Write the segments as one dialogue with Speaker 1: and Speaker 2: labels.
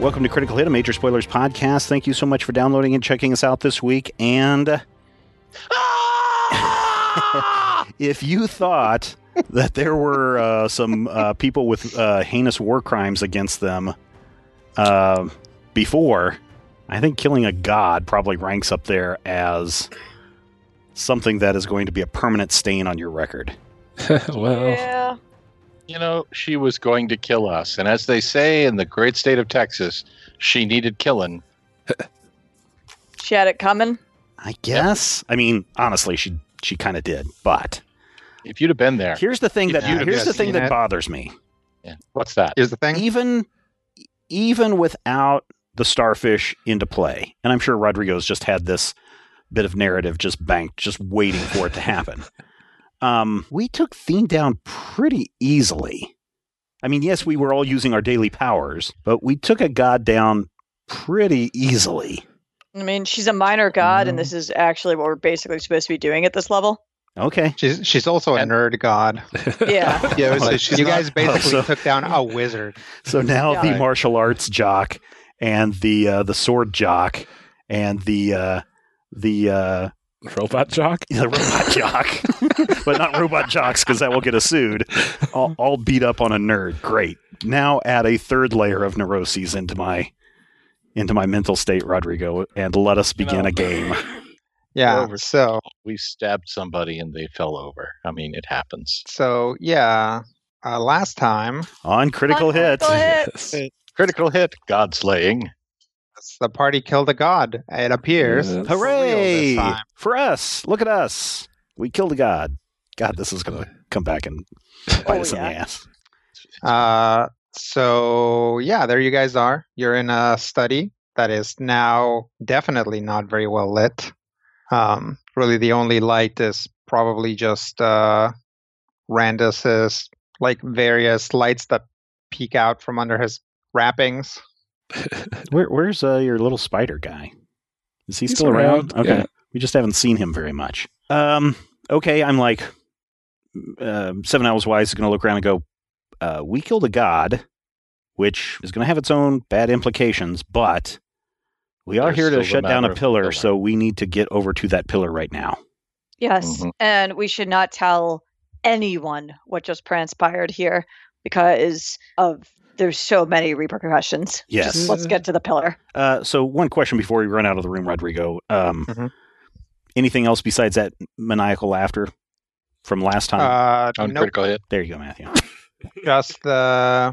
Speaker 1: Welcome to Critical Hit, a major spoilers podcast. Thank you so much for downloading and checking us out this week. And if you thought that there were uh, some uh, people with uh, heinous war crimes against them uh, before, I think killing a god probably ranks up there as something that is going to be a permanent stain on your record.
Speaker 2: well,
Speaker 3: Yeah.
Speaker 4: you know, she was going to kill us. And as they say in the great state of Texas, she needed killing.
Speaker 3: She had it coming.
Speaker 1: I guess. I mean, honestly, she she kind of did, but
Speaker 4: If you'd have been there,
Speaker 1: here's the thing that
Speaker 4: If you'd have
Speaker 1: here's the thing
Speaker 4: seen
Speaker 1: that
Speaker 4: it.
Speaker 1: bothers me.
Speaker 4: Yeah. what's that?
Speaker 2: is the thing.
Speaker 1: even even without the starfish into play and i'm sure rodrigo's just had this bit of narrative just banked just waiting for it to happen um, we took theme down pretty easily i mean yes we were all using our daily powers but we took a god down pretty easily
Speaker 3: I mean, she's a minor god, and this is actually what we're basically supposed to be doing at this level.
Speaker 1: okay
Speaker 2: She's she's also a
Speaker 4: And-
Speaker 2: nerd god.
Speaker 3: Yeah.
Speaker 2: Yeah,
Speaker 1: so
Speaker 2: you
Speaker 1: she's not-
Speaker 2: guys basically
Speaker 1: Oh, so-
Speaker 2: took down a wizard.
Speaker 1: so now
Speaker 3: Yeah.
Speaker 1: the martial arts jock and the uh, the sword jock and the uh, the uh,
Speaker 5: Robot Jock?
Speaker 1: Yeah, robot jock, but not robot jocks because that will get us sued. All, all beat up on a nerd. Great. Now add a third layer of neuroses into my into my mental state, Rodrigo, and let us
Speaker 4: You
Speaker 1: begin
Speaker 4: know.
Speaker 1: a game.
Speaker 2: Yeah.
Speaker 4: Over.
Speaker 2: So
Speaker 4: We stabbed somebody and they fell over. I mean, it happens.
Speaker 2: so yeah. Uh, last time,
Speaker 1: On critical hit.
Speaker 3: Critical hit.
Speaker 4: Critical hit, God slaying.
Speaker 2: the party killed a god. It appears.
Speaker 5: Yes.
Speaker 2: Real this
Speaker 1: Hooray!
Speaker 2: time.
Speaker 1: For us. Look at us. We killed a god. God, this is gonna come back and bite
Speaker 3: Oh,
Speaker 1: us in
Speaker 3: yeah.
Speaker 1: the ass.
Speaker 2: Uh, so yeah, there you guys are. You're in a study that is now definitely not very well lit. Um, really, the only light is probably just uh, Randus's like various lights that peek out from under his wrappings.
Speaker 1: Where, where's uh, your little spider guy? Is he
Speaker 5: He's
Speaker 1: still around?
Speaker 5: around,
Speaker 1: Okay.
Speaker 5: yeah.
Speaker 1: We just haven't seen him very much. Um, okay, I'm like, uh, Seven Owls Wise is going to look around and go, uh, We killed a god, which is going to have its own bad implications, but we are
Speaker 4: There's
Speaker 1: here to
Speaker 4: still the
Speaker 1: shut down
Speaker 4: matter
Speaker 1: a
Speaker 4: of the
Speaker 1: pillar,
Speaker 4: pillar."
Speaker 1: so we need to get over to that pillar right now.
Speaker 3: Yes.
Speaker 1: Mm-hmm.
Speaker 4: Mhm.
Speaker 3: And we should not tell anyone what just transpired here because of there's so many repercussions.
Speaker 1: Yes.
Speaker 3: Just let's get to the pillar.
Speaker 1: Uh, so, one question before we run out of the room, Rodrigo. Um,
Speaker 4: Mm-hmm.
Speaker 2: Mhm.
Speaker 1: Anything else besides that maniacal laughter from last time?
Speaker 2: Uh,
Speaker 4: On
Speaker 2: nope,
Speaker 4: critical hit.
Speaker 1: there you go, Matthew.
Speaker 2: just the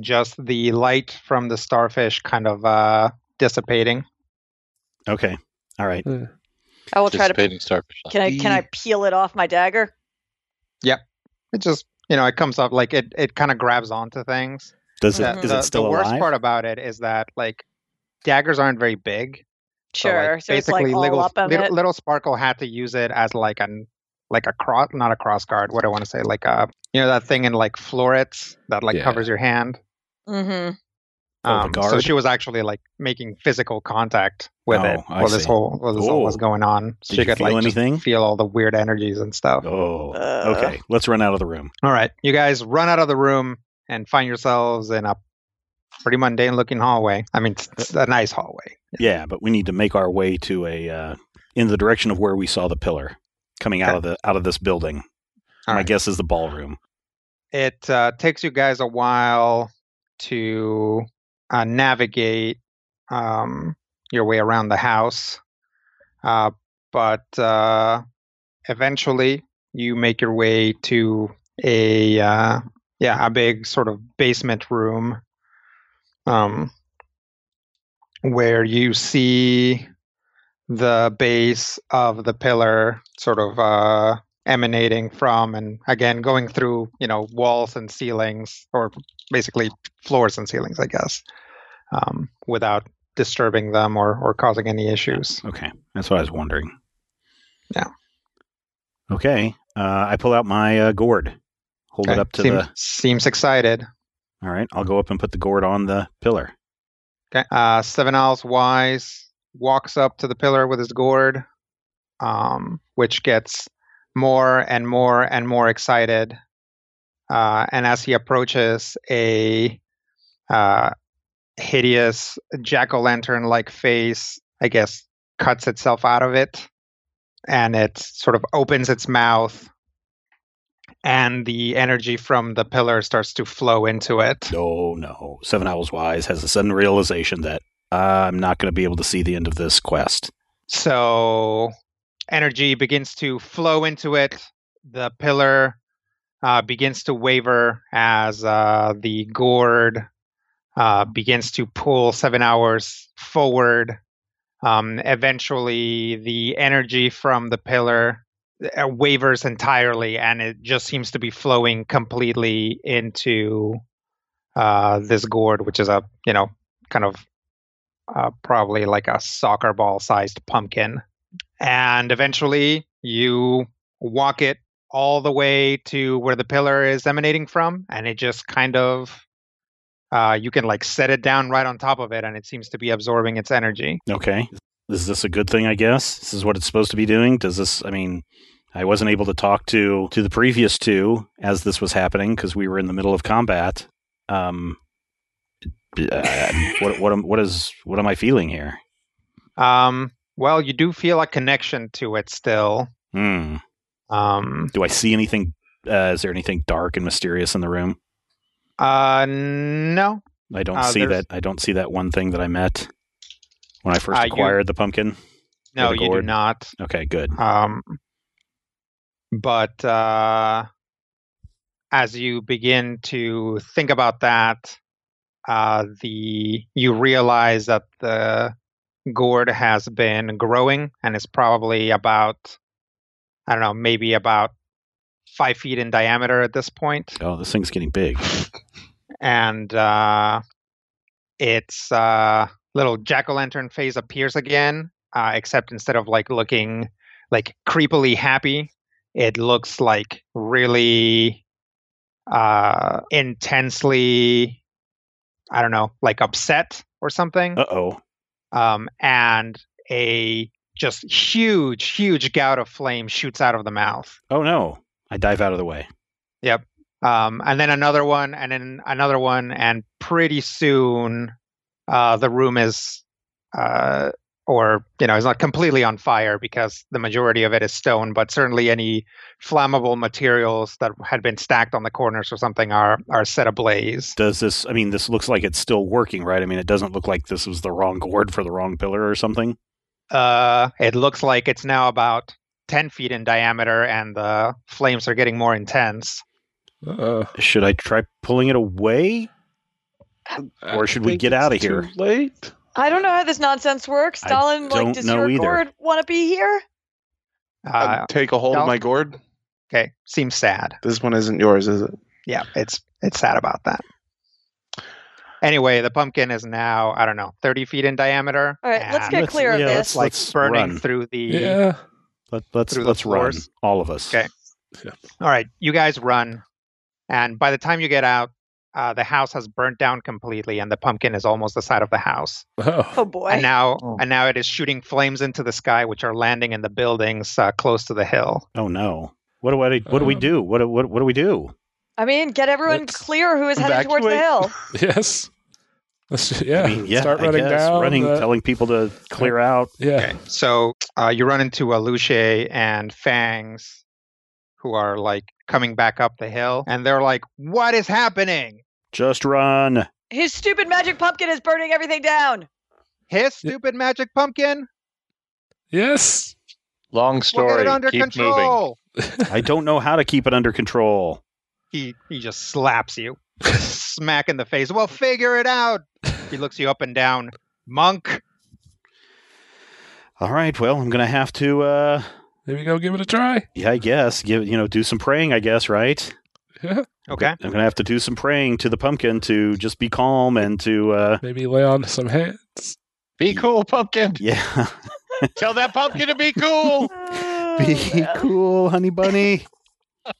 Speaker 2: just the light from the starfish kind of uh, dissipating.
Speaker 1: Okay. All right.
Speaker 3: I will try to
Speaker 4: Participating starfish.
Speaker 3: can I can I peel it off my
Speaker 1: Oh,
Speaker 3: dagger?
Speaker 2: It just you know it comes up like it it kind of grabs onto things.
Speaker 1: Does it? Is
Speaker 3: Mhm.
Speaker 2: the,
Speaker 1: it still
Speaker 2: the worst
Speaker 1: alive?
Speaker 2: part about it is that like daggers aren't very big. so, like,
Speaker 3: Sure. So, it's like
Speaker 2: basically
Speaker 3: all
Speaker 2: little,
Speaker 3: up on
Speaker 2: little,
Speaker 3: it.
Speaker 2: little Sparkle had to use it as like an like a cross not a cross guard, what do I want to say? Like a you know that thing in like florets that like
Speaker 5: Yeah.
Speaker 2: covers your hand. Um,
Speaker 3: Mm-hmm.
Speaker 1: Oh, the
Speaker 2: so
Speaker 1: guard?
Speaker 2: she was actually like making physical contact with it
Speaker 1: Oh, I
Speaker 2: while this
Speaker 1: see.
Speaker 2: whole while this all was
Speaker 1: Ooh.
Speaker 2: going on.
Speaker 1: Did
Speaker 2: she
Speaker 1: you
Speaker 2: could
Speaker 1: feel
Speaker 2: like just
Speaker 1: anything?
Speaker 2: feel all the weird energies and stuff.
Speaker 1: Oh,
Speaker 3: Uh.
Speaker 1: okay. Let's run out of the room.
Speaker 2: All right, you guys run out of the room and find yourselves in a pretty mundane looking hallway. I mean, it's, it's a nice hallway.
Speaker 1: Yeah, but we need to make our way to a uh, in the direction of where we saw the pillar coming out of the out of this building.
Speaker 2: All
Speaker 1: My
Speaker 2: right.
Speaker 1: guess is the ballroom.
Speaker 2: It uh, takes you guys a while to uh, navigate um, your way around the house, uh, but uh, eventually you make your way to a uh, yeah a big sort of basement room, um, where you see the base of the pillar sort of uh, emanating from and again going through you know walls and ceilings or basically floors and ceilings i guess um, without disturbing them or, or causing any issues
Speaker 1: Okay, that's what I was wondering.
Speaker 2: Yeah.
Speaker 1: Okay, uh, I pull out my uh, gourd, hold it
Speaker 2: Okay.
Speaker 1: up to
Speaker 2: seems,
Speaker 1: the.
Speaker 2: seems excited
Speaker 1: All right, I'll go up and put the gourd on the pillar.
Speaker 2: okay uh, seven owls wise walks up to the pillar with his gourd um, which gets more and more and more excited uh, and as he approaches a uh, hideous jack-o'-lantern like face i guess cuts itself out of it and it sort of opens its mouth and the energy from the pillar starts to flow into it
Speaker 1: No, no. Seven Owls Wise has a sudden realization that I'm not going to be able to see the end of this quest.
Speaker 2: So energy begins to flow into it. The pillar uh, begins to waver as uh, the gourd uh, begins to pull seven hours forward. Um, eventually, the energy from the pillar uh, wavers entirely, and it just seems to be flowing completely into uh, this gourd, which is a you know kind of uh, probably like a soccer ball sized pumpkin. And eventually you walk it all the way to where the pillar is emanating from, and it just kind of. Uh, you can like set it down right on top of it, and it seems to be absorbing its energy.
Speaker 1: Okay. Is this a good thing, I guess? This is what it's supposed to be doing? Does this, I mean, I wasn't able to talk to, to the previous two as this was happening because we were in the middle of combat. Um, uh, what, what, am, what is, what am I feeling here?
Speaker 2: Um, well, you do feel a connection to it still.
Speaker 1: Hmm.
Speaker 2: Um,
Speaker 1: Do I see anything? Uh, is there anything dark and mysterious in the room?
Speaker 2: uh, no,
Speaker 1: I don't
Speaker 2: Uh,
Speaker 1: see that.
Speaker 2: there's-
Speaker 1: I don't see that one thing that I met when I first
Speaker 2: Uh, you-
Speaker 1: acquired the pumpkin.
Speaker 2: no,
Speaker 1: the
Speaker 2: you do
Speaker 1: gourd.
Speaker 2: not.
Speaker 1: Okay, good.
Speaker 2: Um, but uh, as you begin to think about that, uh, the you realize that the gourd has been growing and is probably about, I don't know, maybe about five feet in diameter at this point
Speaker 1: Oh, this thing's getting big.
Speaker 2: Mm-hmm. and uh, its uh, little jack o' lantern face appears again, uh, except instead of like looking like creepily happy, it looks like really uh, intensely, I don't know, like upset or something.
Speaker 1: Uh oh.
Speaker 2: Um, and a just huge, huge gout of flame shoots out of the mouth.
Speaker 1: Oh no. I dive out of the way.
Speaker 2: um, and then another one, and then another one, and pretty soon, uh, the room is, uh, or you know, it's not completely on fire because the majority of it is stone, but certainly any flammable materials that had been stacked on the corners or something are are set ablaze.
Speaker 1: Does this? I mean, this looks like it's still working, right? I mean, it doesn't look like this was the wrong gourd for the wrong pillar or something.
Speaker 2: Uh, it looks like it's now about ten feet in diameter, and the flames are getting more intense.
Speaker 5: Uh,
Speaker 1: Should I try pulling it away?
Speaker 5: I
Speaker 1: Or should we
Speaker 5: think
Speaker 1: get outta
Speaker 5: it's
Speaker 1: here?
Speaker 5: Too late.
Speaker 3: I don't know how this nonsense works.
Speaker 1: I
Speaker 3: Stalin,
Speaker 1: don't
Speaker 3: like, does
Speaker 1: know
Speaker 3: your
Speaker 1: either.
Speaker 3: gourd want to be here?
Speaker 2: Uh,
Speaker 5: I'd take a hold
Speaker 2: no.
Speaker 5: of my gourd.
Speaker 2: okay, seems sad.
Speaker 5: This one isn't yours, is it?
Speaker 2: yeah, it's it's sad about that. Anyway, the pumpkin is now I don't know thirty feet in diameter.
Speaker 3: All right, let's
Speaker 2: and
Speaker 3: get
Speaker 2: it's
Speaker 3: clear of
Speaker 1: yeah,
Speaker 3: this.
Speaker 1: Let's,
Speaker 2: like
Speaker 1: let's
Speaker 2: burning
Speaker 1: run.
Speaker 2: through the.
Speaker 5: Yeah.
Speaker 1: Let, let's
Speaker 2: through the
Speaker 1: let's run,
Speaker 2: floors.
Speaker 1: all of us.
Speaker 2: Okay. All right, you guys run, and by the time you get out, uh, the house has burnt down completely, and the pumpkin is almost the side of the house.
Speaker 3: Oh
Speaker 5: Oh.
Speaker 3: boy.
Speaker 2: And now,
Speaker 5: Oh.
Speaker 2: and now it is shooting flames into the sky, which are landing in the buildings uh, close to the hill.
Speaker 1: Oh no! What do I? What do we
Speaker 5: Um,
Speaker 1: do? What do- what what do we do?
Speaker 3: I mean, get everyone
Speaker 5: Let's
Speaker 3: clear who is headed towards the
Speaker 5: evacuate.
Speaker 3: hill.
Speaker 5: Yes.
Speaker 6: Let's yeah,
Speaker 1: I mean, yeah,
Speaker 6: start
Speaker 1: I
Speaker 6: running
Speaker 1: guess.
Speaker 6: down.
Speaker 1: running,
Speaker 6: the-
Speaker 1: telling people to clear out.
Speaker 6: yeah,
Speaker 2: Okay. So uh, you run into Aluche and Fangs, who are like coming back up the hill, and they're like, "What is happening?
Speaker 1: Just run.
Speaker 3: His stupid magic pumpkin is burning everything down.
Speaker 2: His
Speaker 6: Yeah.
Speaker 2: stupid magic pumpkin.
Speaker 6: yes.
Speaker 4: Long
Speaker 2: We'll get
Speaker 4: story.
Speaker 2: it under
Speaker 4: Keep moving.
Speaker 2: control."
Speaker 1: I don't know how to keep it under control.
Speaker 2: He he just slaps you, smack in the face. Well, figure it out. He looks you up and down, monk.
Speaker 1: All right, well, I'm gonna have to. uh
Speaker 6: Maybe go give it a try.
Speaker 1: Yeah, I guess give you know do some praying. I guess right.
Speaker 6: Yeah.
Speaker 2: Okay.
Speaker 1: I'm gonna have to do some praying to the pumpkin to just be calm and to. uh
Speaker 6: Maybe lay on some hands.
Speaker 4: Be cool, pumpkin.
Speaker 1: Yeah,
Speaker 4: Tell that pumpkin to be cool.
Speaker 1: be
Speaker 3: Oh,
Speaker 1: cool, honey bunny. Uh,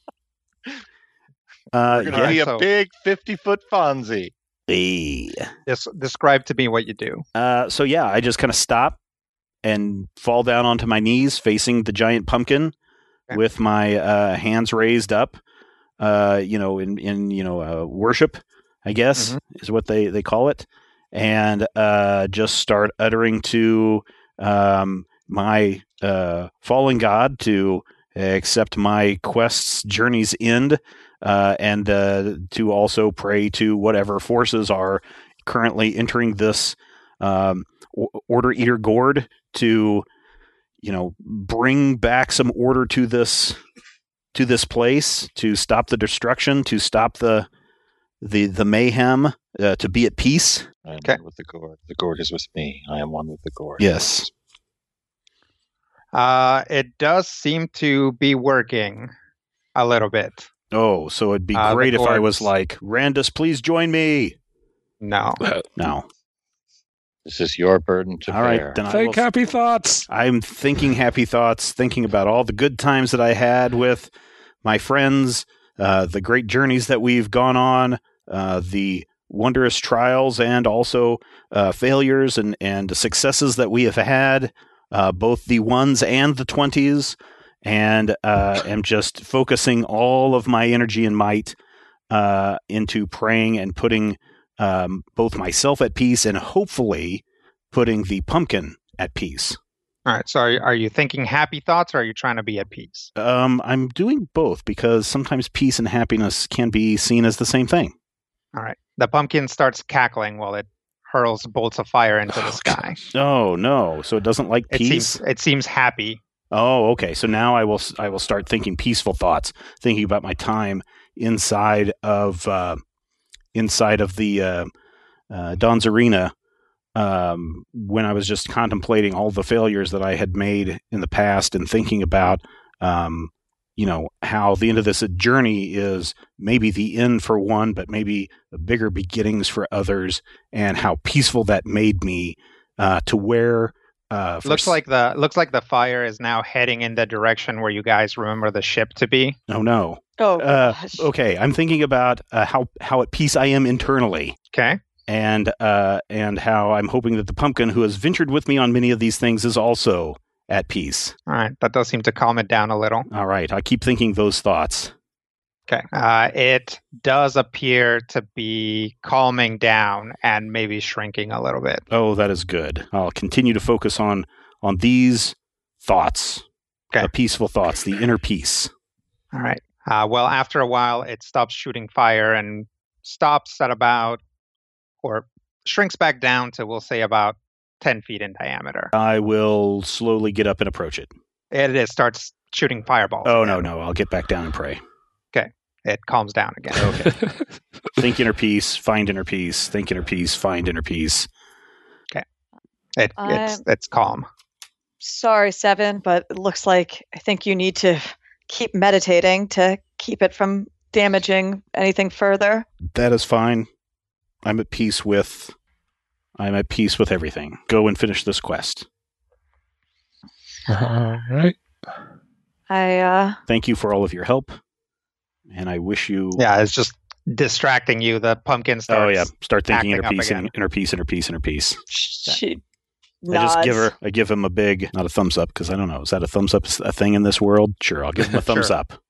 Speaker 2: Uh,
Speaker 4: You're gonna
Speaker 1: yeah.
Speaker 4: be
Speaker 2: so-
Speaker 4: a big fifty foot Fonzie.
Speaker 1: Hey.
Speaker 2: Des- describe to me what you do.
Speaker 1: Uh, so yeah, I just kind of stop and fall down onto my knees, facing the giant pumpkin,
Speaker 2: Okay.
Speaker 1: with my uh, hands raised up. Uh, you know, in in you know uh, worship, I guess is what they they call it, and uh, just start uttering to um, my uh, fallen god to accept my quest's journey's end. Uh, and uh, to also pray to whatever forces are currently entering this um, o- order eater gourd to you know bring back some order to this to this place to stop the destruction to stop the the the mayhem uh, to be at peace
Speaker 4: I am
Speaker 2: Okay.
Speaker 4: one with the gourd. The gourd is with me. I am one with the gourd.
Speaker 1: yes
Speaker 2: Uh, it does seem to be working a little bit.
Speaker 1: oh so it'd be
Speaker 2: Uh, the
Speaker 1: great if i was
Speaker 2: gourds.
Speaker 1: like randus please join me
Speaker 2: No.
Speaker 1: no
Speaker 4: This is your burden to
Speaker 1: all right
Speaker 4: bear.
Speaker 1: then I
Speaker 6: Think
Speaker 1: will-
Speaker 6: happy thoughts.
Speaker 1: I'm thinking happy thoughts, thinking about all the good times that I had with my friends, uh, the great journeys that we've gone on, uh, the wondrous trials and also uh, failures and, and successes that we have had, uh, both the ones and the 20s, and uh, am just focusing all of my energy and might uh, into praying and putting um, both myself at peace and hopefully putting the pumpkin at peace.
Speaker 2: All right. So are, are you thinking happy thoughts or are you trying to be at peace?
Speaker 1: Um, I'm doing both because sometimes peace and happiness can be seen as the same thing.
Speaker 2: All right. The pumpkin starts cackling while it hurls bolts of fire into the
Speaker 6: Oh,
Speaker 2: sky.
Speaker 1: Oh no! So it doesn't like
Speaker 2: It
Speaker 1: peace.
Speaker 2: seems it seems happy.
Speaker 1: Oh, okay. So now I will s- I will start thinking peaceful thoughts, thinking about my time inside of uh, inside of the uh, uh, Don's Arena um, when I was just contemplating all the failures that I had made in the past and thinking about um, you know how the end of this journey is maybe the end for one, but maybe bigger beginnings for others, and how peaceful that made me uh, to where. Uh, for
Speaker 2: Looks
Speaker 1: s-
Speaker 2: like the looks like the fire is now heading in the direction where you guys remember the ship to be.
Speaker 1: oh no
Speaker 3: Oh,
Speaker 1: Uh,
Speaker 3: gosh.
Speaker 1: okay i'm thinking about uh, how how at peace i am internally
Speaker 2: Okay.
Speaker 1: and uh and how i'm hoping that the pumpkin who has ventured with me on many of these things is also at peace
Speaker 2: All right. That does seem to calm it down a little.
Speaker 1: all right i keep thinking those thoughts
Speaker 2: Okay. Uh, it does appear to be calming down and maybe shrinking a little bit.
Speaker 1: oh that is good i'll continue to focus on on these thoughts
Speaker 2: Okay.
Speaker 1: the peaceful thoughts the inner peace
Speaker 2: All right. Uh, well, after a while, it stops shooting fire and stops at about, or shrinks back down to, we'll say, about 10 feet in diameter.
Speaker 1: i will slowly get up and approach it
Speaker 2: It, it starts shooting fireballs.
Speaker 1: oh no
Speaker 2: again.
Speaker 1: no i'll get back down and pray
Speaker 2: It calms down again.
Speaker 1: okay think inner peace find inner peace think inner peace find inner peace
Speaker 2: It, it's, it's calm.
Speaker 3: Sorry, Seven, but it looks like I think you need to keep meditating to keep it from damaging anything further.
Speaker 1: that is fine. I'm at peace with I'm at peace with everything. Go and finish this quest.
Speaker 6: All right.
Speaker 3: I uh
Speaker 1: Thank you for all of your help. And I wish you
Speaker 2: Yeah, it's just distracting you. The pumpkin starts.
Speaker 1: Oh yeah, start thinking
Speaker 2: acting
Speaker 1: inner
Speaker 2: up
Speaker 1: peace,
Speaker 2: again.
Speaker 1: inner, inner peace, inner peace, inner peace.
Speaker 3: she
Speaker 1: I
Speaker 3: nods.
Speaker 1: just give her I give him a big not a thumbs up cuz I don't know, is that a thumbs up a thing in this world? Sure, I'll give him a thumbs
Speaker 2: Sure.
Speaker 1: up.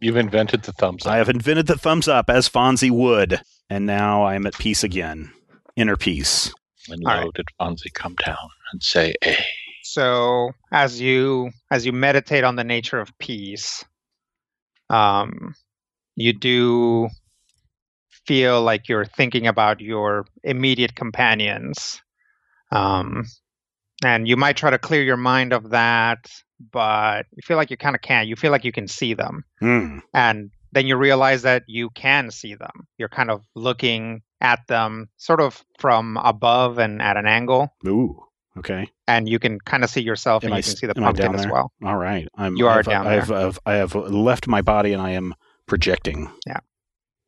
Speaker 4: You've invented the thumbs up.
Speaker 1: I have invented the thumbs up as Fonzie would, and now I am at peace again. inner peace.
Speaker 4: And
Speaker 2: All
Speaker 4: lo,
Speaker 2: right.
Speaker 4: did Fonzie come down and say, "Eh,
Speaker 2: So as you as you meditate on the nature of peace, um, you do feel like you're thinking about your immediate companions, um, and you might try to clear your mind of that, but you feel like you kind of can't. You feel like you can see them,
Speaker 1: Hmm.
Speaker 2: and then you realize that you can see them. You're kind of looking at them, sort of from above and at an angle
Speaker 1: Ooh. Okay.
Speaker 2: and you can kind of see yourself
Speaker 1: Am
Speaker 2: and
Speaker 1: I
Speaker 2: you can
Speaker 1: s-
Speaker 2: see the
Speaker 1: am I
Speaker 2: pumpkin
Speaker 1: down
Speaker 2: as
Speaker 1: there?
Speaker 2: well.
Speaker 1: All right. I'm,
Speaker 2: You are
Speaker 1: I've,
Speaker 2: down
Speaker 1: I've,
Speaker 2: there.
Speaker 1: I've, I have left my body and I am projecting.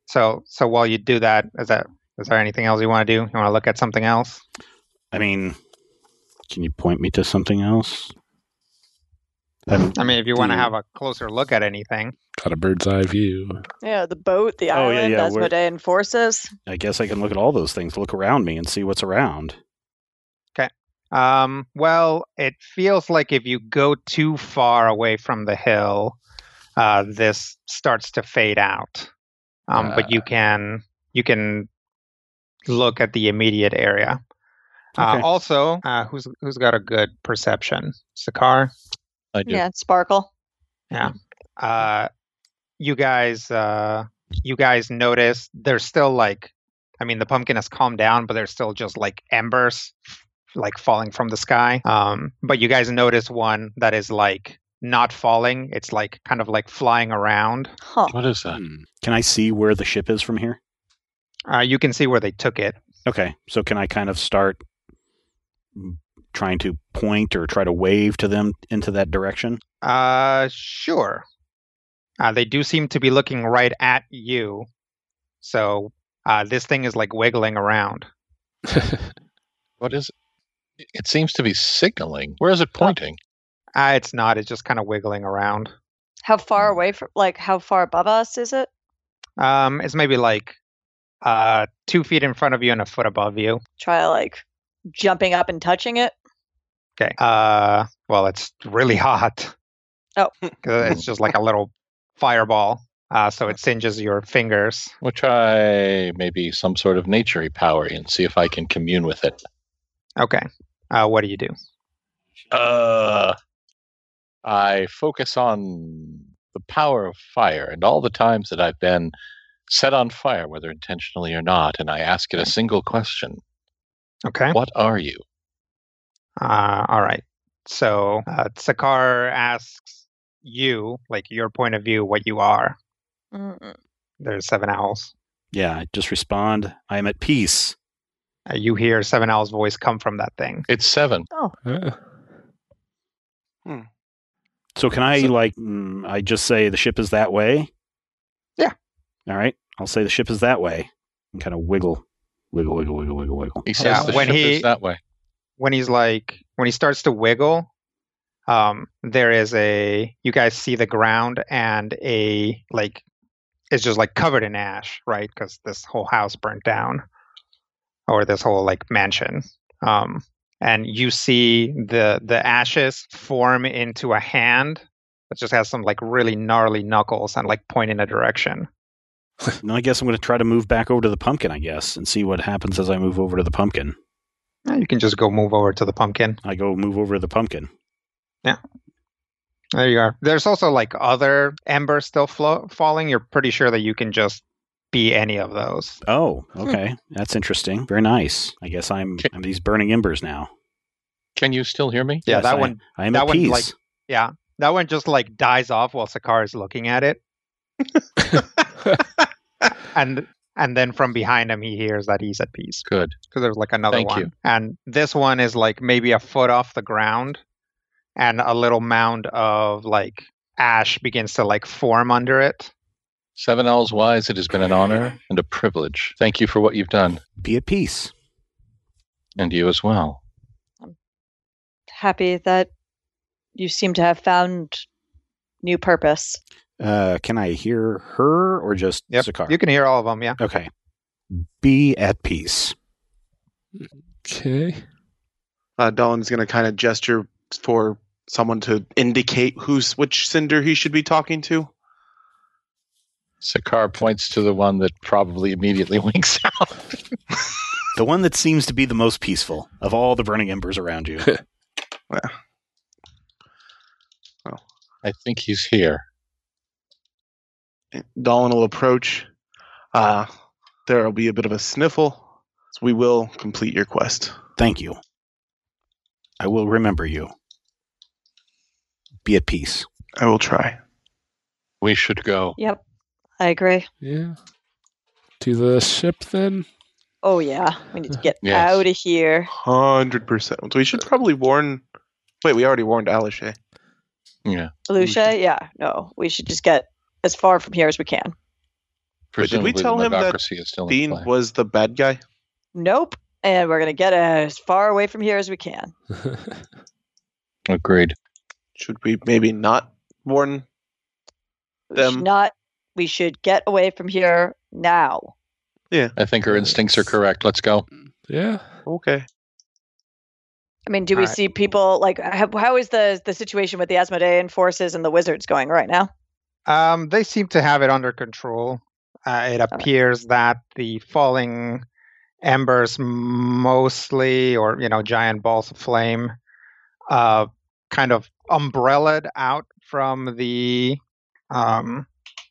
Speaker 2: So so while you do that, is that is there anything else you want to do? You want to look at something else?
Speaker 1: I mean, can you point me to something else? I'm-
Speaker 2: I mean, if you want to
Speaker 1: Do-
Speaker 2: have a closer look at anything,
Speaker 6: Got a bird's eye view.
Speaker 3: Yeah, the boat, the
Speaker 1: Oh,
Speaker 3: island,
Speaker 1: yeah,
Speaker 3: yeah,
Speaker 1: yeah, we're-
Speaker 3: Asmodean forces.
Speaker 1: I guess I can look at all those things, look around me and see what's around.
Speaker 2: um, well, it feels like if you go too far away from the hill, uh, this starts to fade out. Um, but
Speaker 1: Uh.
Speaker 2: you can you can look at the immediate area. Uh,
Speaker 1: Okay.
Speaker 2: also, uh, who's who's got a good perception? Sakar.
Speaker 4: I do."
Speaker 3: Yeah, sparkle.
Speaker 2: uh you guys uh you guys notice there's still like i mean the pumpkin has calmed down but there's still just like embers like falling from the sky um but you guys notice one that is like not falling it's like kind of like flying around
Speaker 3: Huh.
Speaker 4: What is that?
Speaker 1: Hmm. Can I see where the ship is from here?
Speaker 2: uh you can see where they took it
Speaker 1: Okay. So can I kind of start mm, trying to point or try to wave to them into that direction?
Speaker 2: uh sure uh they do seem to be looking right at you so uh this thing is like wiggling around
Speaker 4: What is it? It seems to be signaling. Where is it pointing?
Speaker 2: uh it's not it's just kind of wiggling around
Speaker 3: How far
Speaker 1: Mm.
Speaker 3: away from, like, how far above us is it?
Speaker 2: Um, it's maybe like uh two feet in front of you and a foot above you.
Speaker 3: Try, like, jumping up and touching it.
Speaker 2: Okay. Uh, well, it's really hot.
Speaker 3: Oh.
Speaker 2: 'Cause it's just like a little fireball. Uh, so it singes your fingers.
Speaker 4: We'll try maybe some sort of naturey power and see if I can commune with it.
Speaker 2: Okay. Uh, what do you do?
Speaker 4: Uh, I focus on the power of fire and all the times that I've been set on fire, whether intentionally or not, and I ask it a single question
Speaker 2: Okay.
Speaker 4: What are you?
Speaker 2: Uh, all right. So uh, Sakar asks you, like your point of view, what you are.
Speaker 3: Mm-mm.
Speaker 2: There's seven owls.
Speaker 1: Yeah. Just respond. I am at peace.
Speaker 2: Uh, you hear seven owls' voice come from that thing.
Speaker 4: It's seven.
Speaker 6: Uh,
Speaker 1: So can I
Speaker 4: So-
Speaker 1: like mm, I just say the ship is that way?
Speaker 2: Yeah.
Speaker 1: All right. I'll say the ship is that way and kind of wiggle, wiggle, wiggle, wiggle, wiggle, wiggle.
Speaker 4: He says
Speaker 2: Yeah,
Speaker 4: the
Speaker 2: when
Speaker 4: ship
Speaker 2: he-
Speaker 4: is that way.
Speaker 2: when he's like when he starts to wiggle um there is a you guys see the ground and a like it's just like covered in ash right because this whole house burnt down or this whole like mansion um and you see the the ashes form into a hand that just has some like really gnarly knuckles and like point in a direction
Speaker 1: And I guess I'm going to try to move back over to the pumpkin, I guess, and see what happens as I move over to the pumpkin.
Speaker 2: Uh, you can just go move over to the pumpkin
Speaker 1: I go move over to the pumpkin.
Speaker 2: There you are. There's also like other embers still flo- falling. You're pretty sure that you can just be any of those.
Speaker 1: Oh,
Speaker 2: Hmm.
Speaker 1: okay. That's interesting. Very nice. I guess I'm
Speaker 4: Okay.
Speaker 1: I'm these burning embers now.
Speaker 4: Can you still hear me?
Speaker 2: Yeah,
Speaker 1: Yes,
Speaker 2: that
Speaker 1: I-
Speaker 2: one.
Speaker 1: I am
Speaker 2: that
Speaker 1: at
Speaker 2: one,
Speaker 1: peace.
Speaker 2: like- Yeah, that one just like dies off while Sakar is looking at it. and and then from behind him, he hears that he's at peace
Speaker 4: Good.
Speaker 2: because there's like another
Speaker 4: Thank
Speaker 2: one.
Speaker 4: you.
Speaker 2: And this one is like maybe a foot off the ground, and a little mound of like ash begins to like form under it.
Speaker 4: Seven Owls Wise, it has been an honor and a privilege. Thank you for what you've done,
Speaker 1: Be at peace.
Speaker 4: and you as well.
Speaker 3: Happy that you seem to have found new purpose.
Speaker 1: Uh, can I hear her or just
Speaker 2: Yep.
Speaker 1: Sakar?
Speaker 2: You can hear all of them. Yeah.
Speaker 1: Okay. Be at peace.
Speaker 6: okay.
Speaker 5: Uh, Dolan's going to kind of gesture for someone to indicate who's which cinder he should be talking to.
Speaker 4: Sakar points to the one that probably immediately winks out.
Speaker 1: the one that seems to be the most peaceful of all the burning embers around you.
Speaker 4: I think he's here.
Speaker 5: Dolan will approach. Uh, there will be a bit of a sniffle. So we will complete your quest.
Speaker 1: Thank you. I will remember you. Be at peace.
Speaker 5: I will try.
Speaker 4: We should go.
Speaker 3: Yep. I agree.
Speaker 6: Yeah. To the ship then.
Speaker 3: Oh yeah, we need to get
Speaker 4: Yes.
Speaker 3: out of here.
Speaker 5: Hundred percent. We should probably warn. Wait, we already warned Alishay.
Speaker 4: Yeah.
Speaker 3: Lucia, yeah, no, we should just get as far from here as we can.
Speaker 5: But did
Speaker 4: Presumably
Speaker 5: we
Speaker 4: the
Speaker 5: tell him that
Speaker 4: Magocracy is still in
Speaker 5: Dean
Speaker 4: play.
Speaker 5: was the bad guy.
Speaker 3: Nope. And we're gonna get as far away from here as we can.
Speaker 4: Agreed.
Speaker 5: Should we maybe not warn?
Speaker 3: We
Speaker 5: Them.
Speaker 3: should not. We should get away from here now.
Speaker 4: I think her instincts are correct. Let's go.
Speaker 6: yeah.
Speaker 5: Okay.
Speaker 3: I mean, do we
Speaker 5: Alright.
Speaker 3: see people like how, how is the the situation with the Asmodean forces and the wizards going right now?
Speaker 2: Um, they seem to have it under control. Uh, it appears that the falling embers, mostly, or you know, giant balls of flame, uh, kind of umbrellaed out from the um,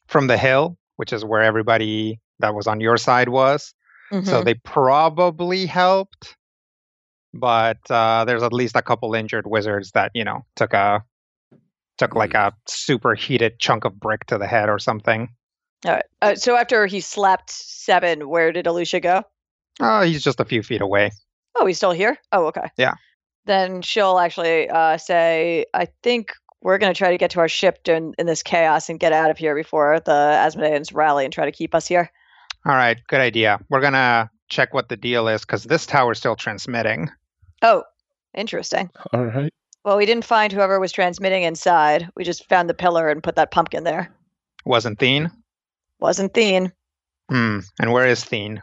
Speaker 2: from the hill, which is where everybody that was on your side was. So
Speaker 3: Mhm.
Speaker 2: they probably helped, but uh, there's at least a couple injured wizards that you know took a took like a super heated chunk of brick to the head or something.
Speaker 3: All right. Uh, so after he slapped seven, where did Alusha go?
Speaker 2: Oh, he's just a few feet away.
Speaker 3: Oh, he's still here? Oh, okay.
Speaker 2: Yeah.
Speaker 3: Then she'll actually uh, say, I think we're going to try to get to our ship in, in this chaos and get out of here before the Asmodeans rally and try to keep us here.
Speaker 2: All right, good idea. We're gonna check what the deal is because this tower's still transmitting.
Speaker 3: Oh, interesting.
Speaker 6: All right.
Speaker 3: Well, we didn't find whoever was transmitting inside. We just found the pillar and put that pumpkin there.
Speaker 2: Wasn't Theen?
Speaker 3: Wasn't Theen
Speaker 2: Hmm. And where is Theen?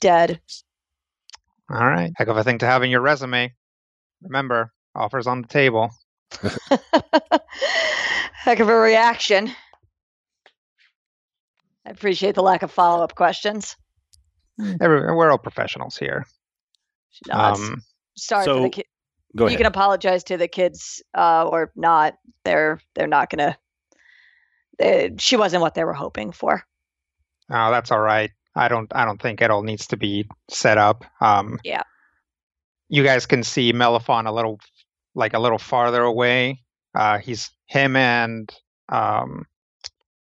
Speaker 3: dead?
Speaker 2: All right, heck of a thing to have in your resume. Remember, offers on the table.
Speaker 3: Heck of a reaction. I appreciate the lack of follow up questions.
Speaker 2: Every, we're all professionals here.
Speaker 3: She nods.
Speaker 2: Um,
Speaker 3: Sorry for
Speaker 1: so-
Speaker 3: the ki-
Speaker 1: Go
Speaker 3: you
Speaker 1: ahead.
Speaker 3: can apologize to the kids uh, or not. They're they're not gonna. They, she wasn't what they were hoping for.
Speaker 2: Oh, that's all right. I don't I don't think it all needs to be set up. Um
Speaker 3: Yeah.
Speaker 2: You guys can see Melifon a little like a little farther away. Uh he's him and um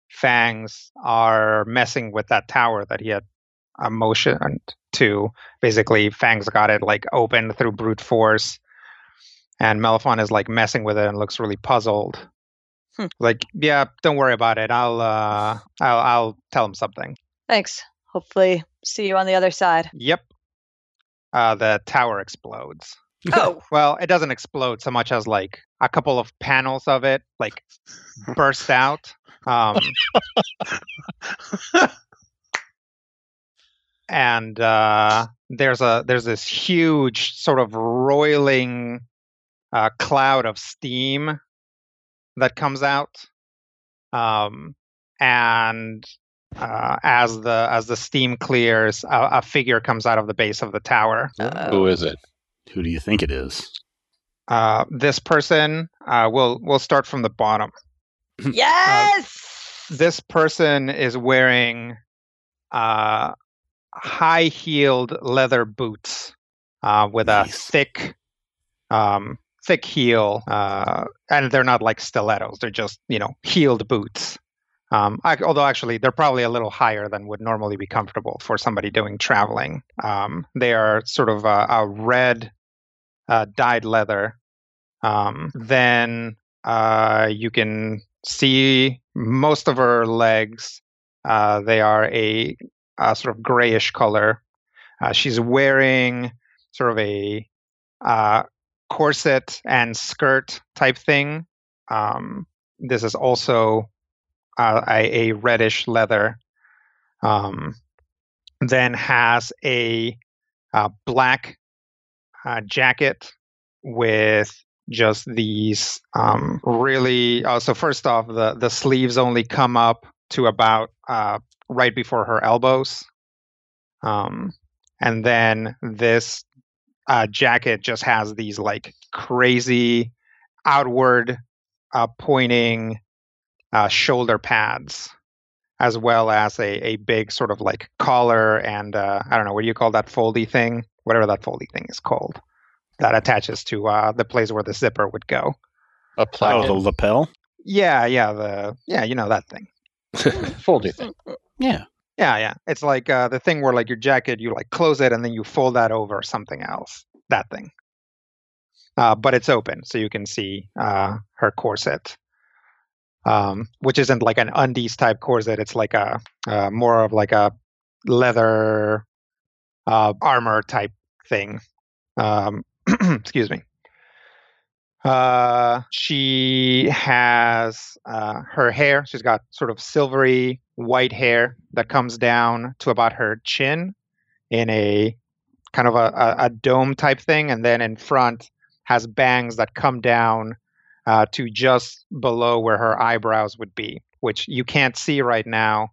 Speaker 2: Fangs are messing with that tower that he had uh, motioned to. Basically Fangs got it like open through brute force. And Melifon is like messing with it and looks really puzzled.
Speaker 3: Hmm.
Speaker 2: Like, yeah, don't worry about it. I'll uh I'll I'll tell him something.
Speaker 3: Thanks. Hopefully, see you on the other side.
Speaker 2: Yep. Uh, the tower explodes.
Speaker 3: Oh,
Speaker 2: Well, it doesn't explode so much as like a couple of panels of it like burst out. Um, and uh, there's a there's this huge sort of roiling uh, cloud of steam that comes out. Um, and uh, as the as the steam clears, a, a figure comes out of the base of the tower.
Speaker 3: oh,
Speaker 4: Who is it?
Speaker 1: Who do you think it is?
Speaker 2: Uh, this person uh, will will start from the bottom.
Speaker 3: yes.
Speaker 2: This person is wearing uh, high heeled leather boots uh, with
Speaker 1: Nice.
Speaker 2: a thick um, thick heel, uh, and they're not like stilettos; they're just you know heeled boots. Um, I, although actually, they're probably a little higher than would normally be comfortable for somebody doing traveling. Um, they are sort of a, a red uh, dyed leather. Um, then uh, you can see most of her legs. Uh, they are a, a sort of grayish color. Uh, she's wearing sort of a uh, corset and skirt type thing. Um, this is also uh, a, a reddish leather. Um, then has a, uh black uh, jacket with just these um, really. Uh, so first off, the the sleeves only come up to about uh, right before her elbows. Um, and then this uh, jacket just has these like crazy outward uh, pointing uh, shoulder pads as well as a, a big sort of like collar and uh, i don't know what do you call that foldy thing whatever that foldy thing is called that attaches to uh, the place where the zipper would go
Speaker 4: A
Speaker 1: Oh, the
Speaker 4: plaid
Speaker 1: lapel.
Speaker 2: yeah yeah the yeah you know that thing
Speaker 4: foldy thing.
Speaker 1: Yeah.
Speaker 2: Yeah, yeah. It's like uh, the thing where like your jacket, you like close it and then you fold that over something else. That thing. Uh, but it's open, so you can see uh, her corset, um, which isn't like an undies type corset. It's like a uh, more of like a leather uh, armor type thing. Um, excuse me. Uh, she has uh, her hair. She's got sort of silvery white hair that comes down to about her chin in a kind of a, a, a dome type thing. And then in front has bangs that come down uh, to just below where her eyebrows would be, which you can't see right now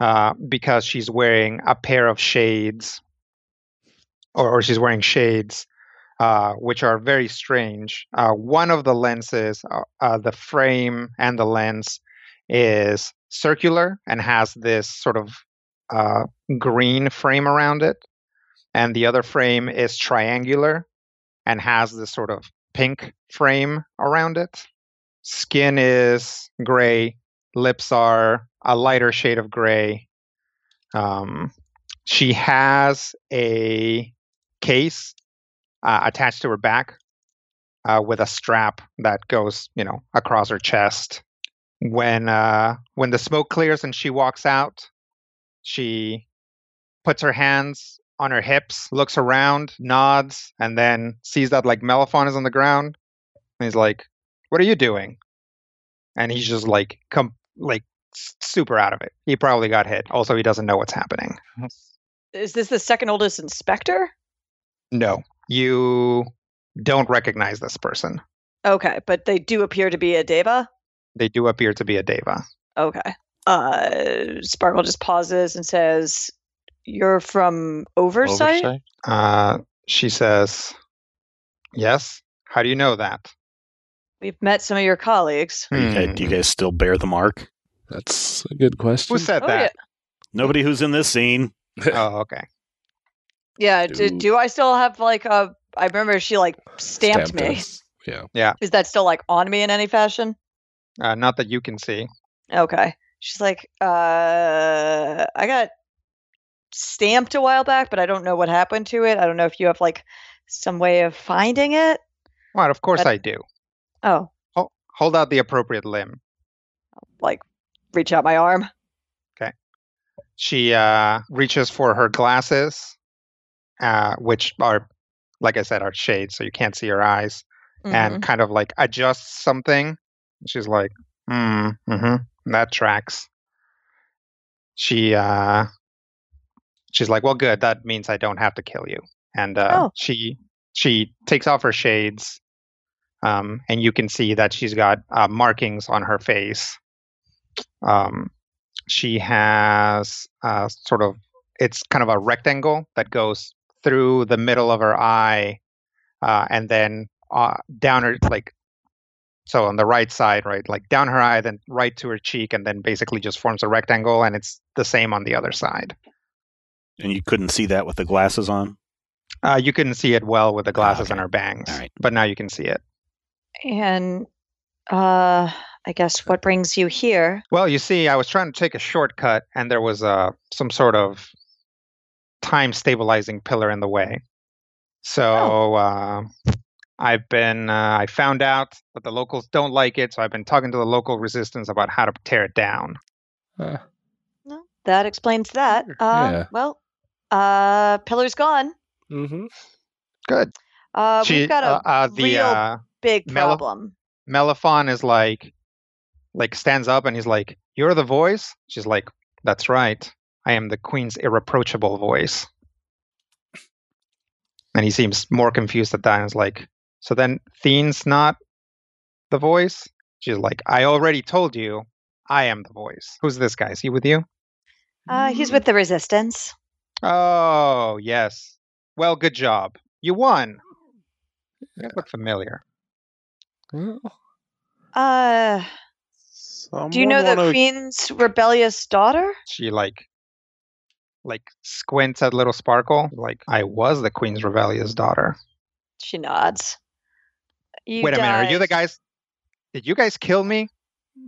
Speaker 2: uh, because she's wearing a pair of shades or, or she's wearing shades uh, which are very strange. Uh, one of the lenses, uh, uh, the frame and the lens, is circular and has this sort of uh, green frame around it. And the other frame is triangular and has this sort of pink frame around it. Skin is gray, lips are a lighter shade of gray. Um, she has a case uh, attached to her back uh, with a strap that goes, you know, across her chest. When uh, when the smoke clears and she walks out, she puts her hands on her hips, looks around, nods, and then sees that like Melifon is on the ground, and he's like, "What are you doing?" And he's just like, "Come, like." s- super out of it he probably got hit also he doesn't know what's happening
Speaker 3: Is this the second oldest inspector?
Speaker 2: no you don't recognize this person
Speaker 3: Okay, but they do appear to be a Deva.
Speaker 2: they do appear to be a deva
Speaker 3: Okay. Uh, Sparkle just pauses and says, "You're from Oversight."
Speaker 4: Oversight?
Speaker 2: Uh, she says, Yes. How do you know that?
Speaker 3: We've met some of your colleagues.
Speaker 1: Are you guys-
Speaker 2: Hmm.
Speaker 1: do you guys still bear the mark?
Speaker 6: That's a good question.
Speaker 2: Who said
Speaker 3: Oh,
Speaker 2: that?
Speaker 1: Nobody who's in this scene.
Speaker 2: Oh, okay.
Speaker 3: Yeah. Do,
Speaker 6: Dude.
Speaker 3: do I still have like a? I remember she like stamped, me.
Speaker 6: us. Yeah.
Speaker 3: Is that still like on me in any fashion?
Speaker 2: Uh, not that you can see.
Speaker 3: Okay. She's like, uh, I got stamped a while back, but I don't know what happened to it. I don't know if you have like some way of finding it.
Speaker 2: Well, of course
Speaker 3: But-
Speaker 2: I do.
Speaker 3: Oh,
Speaker 2: Ho- hold out the appropriate limb.
Speaker 3: like reach out my arm.
Speaker 2: She uh, reaches for her glasses, uh, which are, like I said, are shades, so you can't see her eyes,
Speaker 3: Mhm.
Speaker 2: and kind of like adjusts something. She's like, hmm, mm-hmm, that tracks. She, uh, she's like, well, good. That means I don't have to kill you. And uh,
Speaker 3: Oh.
Speaker 2: she she takes off her shades, um, and you can see that she's got uh, markings on her face. Um, she has uh, sort of it's kind of a rectangle that goes through the middle of her eye, uh, and then uh, down her like so on the right side, right, like down her eye, then right to her cheek, and then basically just forms a rectangle, and it's the same on the other side.
Speaker 1: And you couldn't see that with the glasses on.
Speaker 2: Uh, you couldn't see it well with the glasses and
Speaker 1: Ah, okay.
Speaker 2: her bangs,
Speaker 1: All right.
Speaker 2: but now you can see it.
Speaker 3: And uh, I guess what brings you here?
Speaker 2: Well, you see, I was trying to take a shortcut, and there was uh, some sort of time stabilizing pillar in the way. So
Speaker 1: Oh.
Speaker 2: uh, I've been, uh, I found out that the locals don't like it, so I've been talking to the local resistance about how to tear it down.
Speaker 6: Uh,
Speaker 3: No, that explains that.
Speaker 6: Sure,
Speaker 3: Uh,
Speaker 6: yeah.
Speaker 3: Well, uh, pillar's gone.
Speaker 6: mm-hmm.
Speaker 2: Good.
Speaker 3: Uh, we've got a
Speaker 2: uh, uh, the
Speaker 3: real
Speaker 2: uh,
Speaker 3: big
Speaker 2: Melo-
Speaker 3: problem.
Speaker 2: Melifon is like, like stands up and he's like, "You're the voice." She's like, "That's right. I am the queen's irreproachable voice." And he seems more confused at that. And is like, "So then, Then's not the voice?" She's like, "I already told you, I am the voice." Who's this guy? Is he with you? Mm.
Speaker 3: Uh, he's with the resistance.
Speaker 2: Oh, yes. Well, good job. You won. That looked familiar.
Speaker 6: Well,
Speaker 3: Uh, do you know the Queen's rebellious daughter?
Speaker 2: She like like squints at little sparkle like I was the queen's rebellious daughter.
Speaker 3: She nods. You
Speaker 2: Wait a minute, are you the
Speaker 3: died.
Speaker 2: guys Did you guys kill me?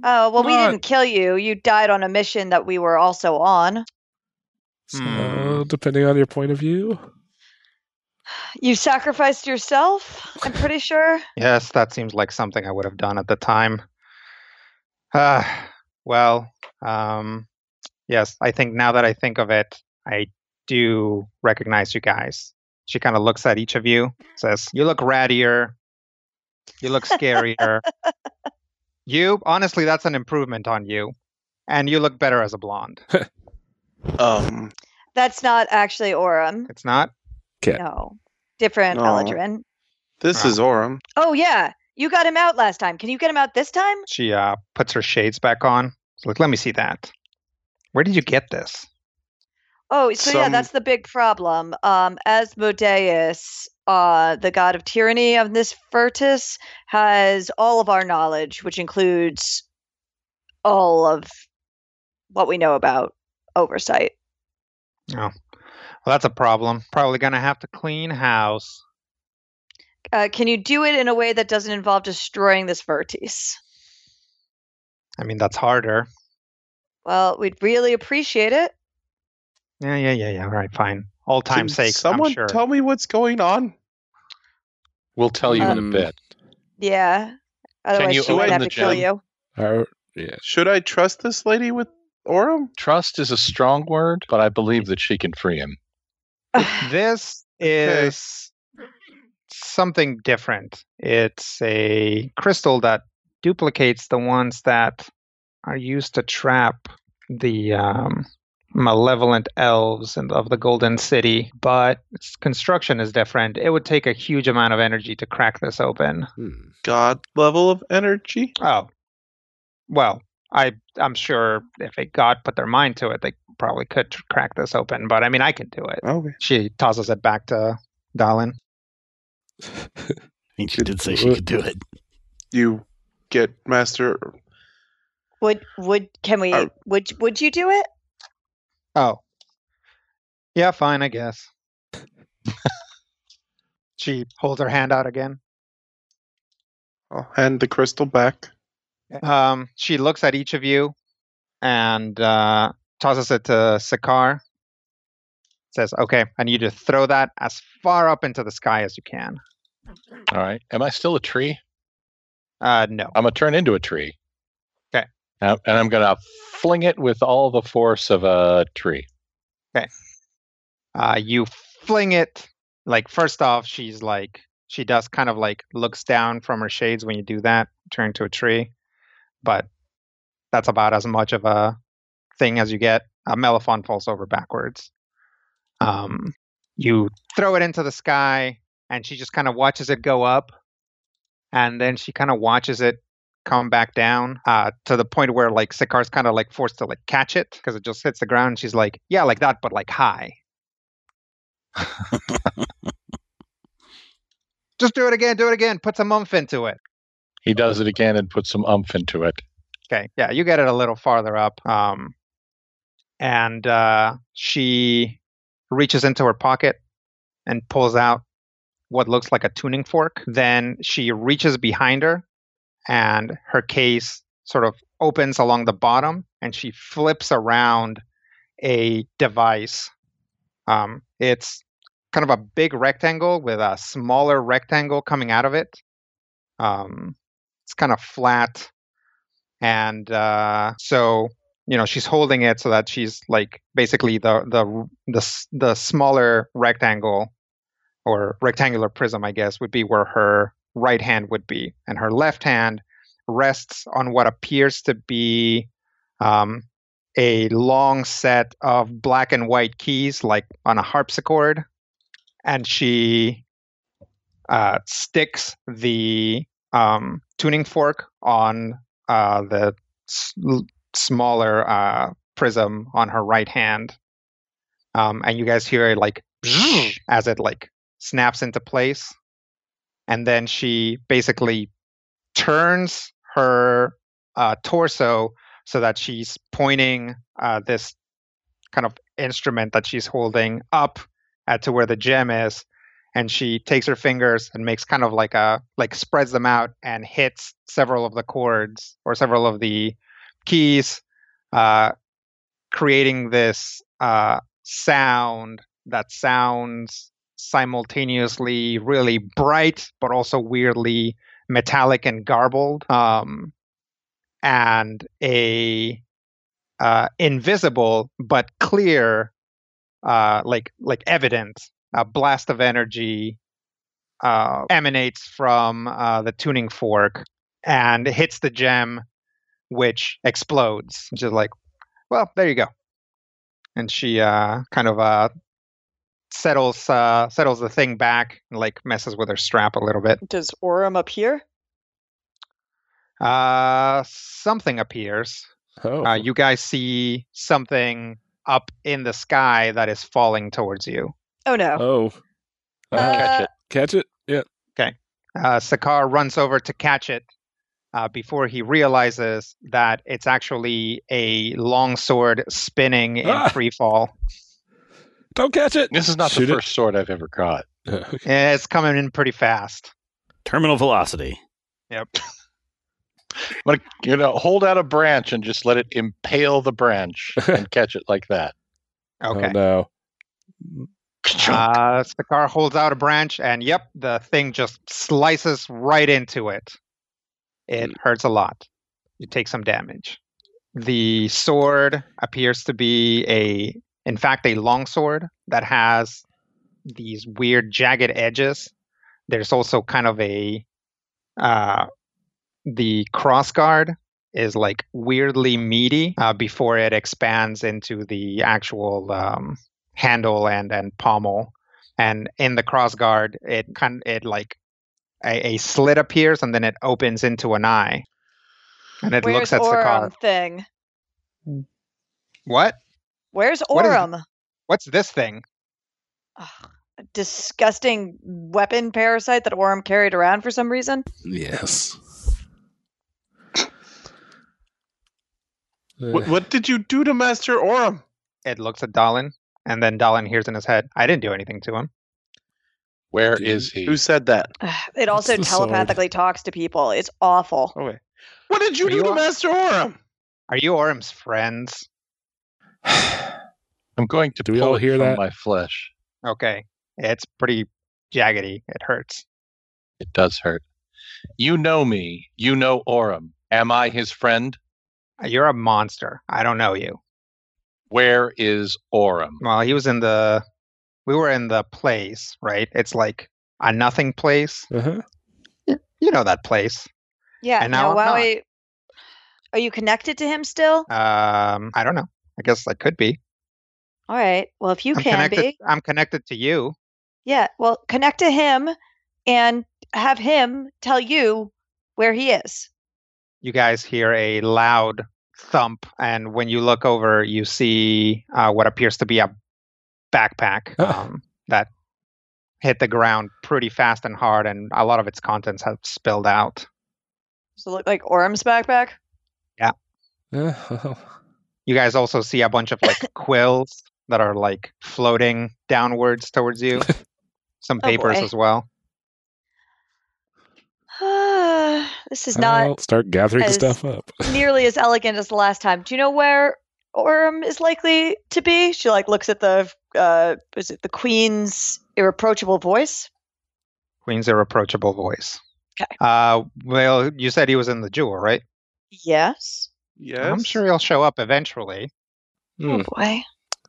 Speaker 3: Oh well, we
Speaker 2: No.
Speaker 3: didn't kill you. You died on a mission that we were also on.
Speaker 6: so
Speaker 2: Hmm.
Speaker 6: depending on your point of view,
Speaker 3: You sacrificed yourself. I'm pretty sure.
Speaker 2: Yes, that seems like something I would have done at the time. Ah, well, um, yes, I think now that I think of it, I do recognize you guys. She kind of looks at each of you, says, You look rattier. You look scarier. you, honestly, that's an improvement on you. And you look better as a blonde.
Speaker 5: Um,
Speaker 3: That's not actually Orem.
Speaker 2: It's not?
Speaker 6: Yeah.
Speaker 3: No, different
Speaker 5: No.
Speaker 3: Eladrin.
Speaker 5: this is Orem.
Speaker 3: Oh yeah, you got him out last time. Can you get him out this time?
Speaker 2: She uh, puts her shades back on. She's like, Let me see that. Where did you get this?
Speaker 3: Oh, so yeah,
Speaker 5: Some-
Speaker 3: that's the big problem. Um, Asmodeus, uh, the god of tyranny of this Furtus, has all of our knowledge, which includes all of what we know about oversight.
Speaker 2: Well, that's a problem. Probably going to have to clean house.
Speaker 3: Uh, can you do it in a way that doesn't involve destroying this Vertice?
Speaker 2: I mean, that's harder.
Speaker 3: Well, we'd really appreciate it.
Speaker 2: Yeah, yeah, yeah, yeah. All right, fine. All
Speaker 5: Can
Speaker 2: time's sake,
Speaker 5: Someone
Speaker 2: I'm sure.
Speaker 5: tell me what's going on.
Speaker 4: We'll tell you in
Speaker 6: Um,
Speaker 4: a bit.
Speaker 3: Yeah. Otherwise,
Speaker 4: you
Speaker 3: she might
Speaker 5: open
Speaker 3: have
Speaker 5: the
Speaker 3: to kill
Speaker 5: gem?
Speaker 3: you.
Speaker 6: our
Speaker 5: Should I trust this lady with Orem?
Speaker 4: Trust is a strong word, but I believe that she can free him.
Speaker 2: this
Speaker 5: Okay.
Speaker 2: is something different. It's a crystal that duplicates the ones that are used to trap the um, malevolent elves and of the Golden City, but its construction is different. It would take a huge amount of energy to crack this open.
Speaker 6: hmm.
Speaker 5: God level of energy.
Speaker 2: Oh, well, I I'm sure if a god put their mind to it, they probably could tr- crack this open. But I mean, I could do it.
Speaker 5: Okay.
Speaker 2: She tosses it back to Dalin.
Speaker 1: I mean, she did say she could do it.
Speaker 5: You get master.
Speaker 3: Would would can we
Speaker 5: Uh,
Speaker 3: would would you do it?
Speaker 2: Oh, yeah, fine, I guess. she holds her hand out again.
Speaker 5: I'll hand the crystal back.
Speaker 2: Um, she looks at each of you and uh, tosses it to Sakar. Says, "Okay, I need you to throw that as far up into the sky as you can."
Speaker 4: All right. Am I still a tree?
Speaker 2: Uh, no.
Speaker 4: I'm gonna turn into a tree.
Speaker 2: Okay.
Speaker 4: And and I'm gonna fling it with all the force of a tree.
Speaker 2: Uh, you fling it. Like first off, she's like she does kind of like looks down from her shades when you do that, turn to a tree. But that's about as much of a thing as you get. A Melifon falls over backwards. Um, you throw it into the sky, and she just kind of watches it go up, and then she kind of watches it come back down uh, to the point where like Sikar's kind of like forced to like catch it because it just hits the ground. And she's like, yeah, like that, but like high. Just do it again, do it again. Put some umph into it.
Speaker 4: He does it again and puts some umph into it.
Speaker 2: Okay, yeah, you get it a little farther up. Um, and uh, she reaches into her pocket and pulls out what looks like a tuning fork. Then she reaches behind her, and her case sort of opens along the bottom, and she flips around a device. Um, it's kind of a big rectangle with a smaller rectangle coming out of it. Um, it's kind of flat and uh, so you know she's holding it so that she's like basically the the the s- the smaller rectangle or rectangular prism i guess would be where her right hand would be and her left hand rests on what appears to be um, a long set of black and white keys like on a harpsichord and she uh, sticks the um, tuning fork on uh, the s- l- smaller uh, prism on her right hand, um, and you guys hear it like as it like snaps into place, and then she basically turns her uh, torso so that she's pointing uh, this kind of instrument that she's holding up at to where the gem is, and she takes her fingers and makes kind of like a like spreads them out and hits several of the chords or several of the keys, uh, creating this uh, sound that sounds simultaneously really bright but also weirdly metallic and garbled um, and a uh, invisible but clear uh, like like evident a blast of energy uh, emanates from uh, the tuning fork and hits the gem, which explodes. Just like, well, there you go. And she uh, kind of uh, settles uh, settles the thing back and like messes with her strap a little bit.
Speaker 3: Does Orim appear?
Speaker 2: Uh, something appears.
Speaker 6: Oh,
Speaker 2: Uh, you guys see something up in the sky that is falling towards you.
Speaker 3: Oh no.
Speaker 6: oh, Ah,
Speaker 4: Catch it.
Speaker 6: catch it! Yeah,
Speaker 2: Uh, Sakar runs over to catch it uh, before he realizes that it's actually a longsword spinning in
Speaker 6: Ah!
Speaker 2: free fall.
Speaker 6: don't catch it.
Speaker 4: This is not
Speaker 6: Shoot
Speaker 4: the
Speaker 6: it.
Speaker 4: first sword I've ever caught.
Speaker 6: Okay.
Speaker 2: Yeah, Eh, It's coming in pretty fast.
Speaker 1: Terminal velocity.
Speaker 4: Like you know, hold out a branch and just let it impale the branch and catch it like that.
Speaker 2: Okay.
Speaker 6: Oh no!
Speaker 2: uh, Sakar holds out a branch, and yep, the thing just slices right into it. It hurts a lot. You take some damage. The sword appears to be a, in fact, a longsword that has these weird jagged edges. There's also kind of a, uh, the crossguard is like weirdly meaty uh, before it expands into the actual um, handle and and pommel and in the crossguard it kind it like a, a slit appears and then it opens into an eye and it
Speaker 3: Where's
Speaker 2: looks at
Speaker 3: Orim
Speaker 2: Sakar.
Speaker 3: thing?
Speaker 2: What?
Speaker 3: Where's
Speaker 2: What is-
Speaker 3: Orim?
Speaker 2: What's this thing?
Speaker 3: Ugh, a disgusting weapon parasite that Orim carried around for some reason.
Speaker 6: Yes. Eh.
Speaker 5: What, what did you do to Master Orim?
Speaker 2: It looks at Dalin, and then Dalin hears in his head, "I didn't do anything to him."
Speaker 4: Where is
Speaker 6: Dude,
Speaker 4: he?
Speaker 5: Who said that?
Speaker 3: It also
Speaker 6: the sword.
Speaker 3: telepathically talks to people. It's awful.
Speaker 2: Oh,
Speaker 5: Okay. What did you
Speaker 2: Are
Speaker 5: do
Speaker 2: you
Speaker 5: to
Speaker 2: on-
Speaker 5: Master Orim?
Speaker 2: Are you Orm's friends?
Speaker 4: I'm going to
Speaker 6: Do we
Speaker 4: pull
Speaker 6: all
Speaker 4: it
Speaker 6: hear
Speaker 4: from
Speaker 6: that?
Speaker 4: my flesh.
Speaker 2: Okay, it's pretty jaggedy. It hurts.
Speaker 4: It does hurt. You know me. You know Orim. Am I his friend?
Speaker 2: You're a monster. I don't know you.
Speaker 4: Where is Orim?
Speaker 2: Well, he was in the. We were in the place, right? It's like a nothing place.
Speaker 6: Uh-huh.
Speaker 2: You know that place.
Speaker 3: Yeah.
Speaker 2: And now I'm
Speaker 3: while
Speaker 2: not.
Speaker 3: we- Are you connected to him still?
Speaker 2: Um, I don't know. I guess I could be.
Speaker 3: All right. Well, if you
Speaker 2: I'm
Speaker 3: can
Speaker 2: connected.
Speaker 3: be,
Speaker 2: I'm connected to you.
Speaker 3: yeah. Well, connect to him and have him tell you where he is.
Speaker 2: You guys hear a loud thump, and when you look over, you see uh, what appears to be a backpack
Speaker 6: Ah.
Speaker 2: um, that hit the ground pretty fast and hard, and a lot of its contents have spilled out.
Speaker 3: So look like Orim's backpack.
Speaker 6: Uh,
Speaker 2: You guys also see a bunch of like quills that are like floating downwards towards you. Some
Speaker 3: Oh,
Speaker 2: papers
Speaker 3: boy.
Speaker 2: as well.
Speaker 3: this is not
Speaker 6: I'll start gathering
Speaker 3: as-
Speaker 6: stuff up.
Speaker 3: nearly as elegant as the last time. Do you know where Orm is likely to be? She like looks at the uh is it the queen's irreproachable voice?
Speaker 2: Queen's irreproachable voice.
Speaker 3: Okay.
Speaker 2: Uh, well, you said he was in the jewel, right?
Speaker 3: Yes.
Speaker 5: Yes.
Speaker 2: I'm sure he'll show up eventually.
Speaker 6: Hmm.
Speaker 3: Oh boy.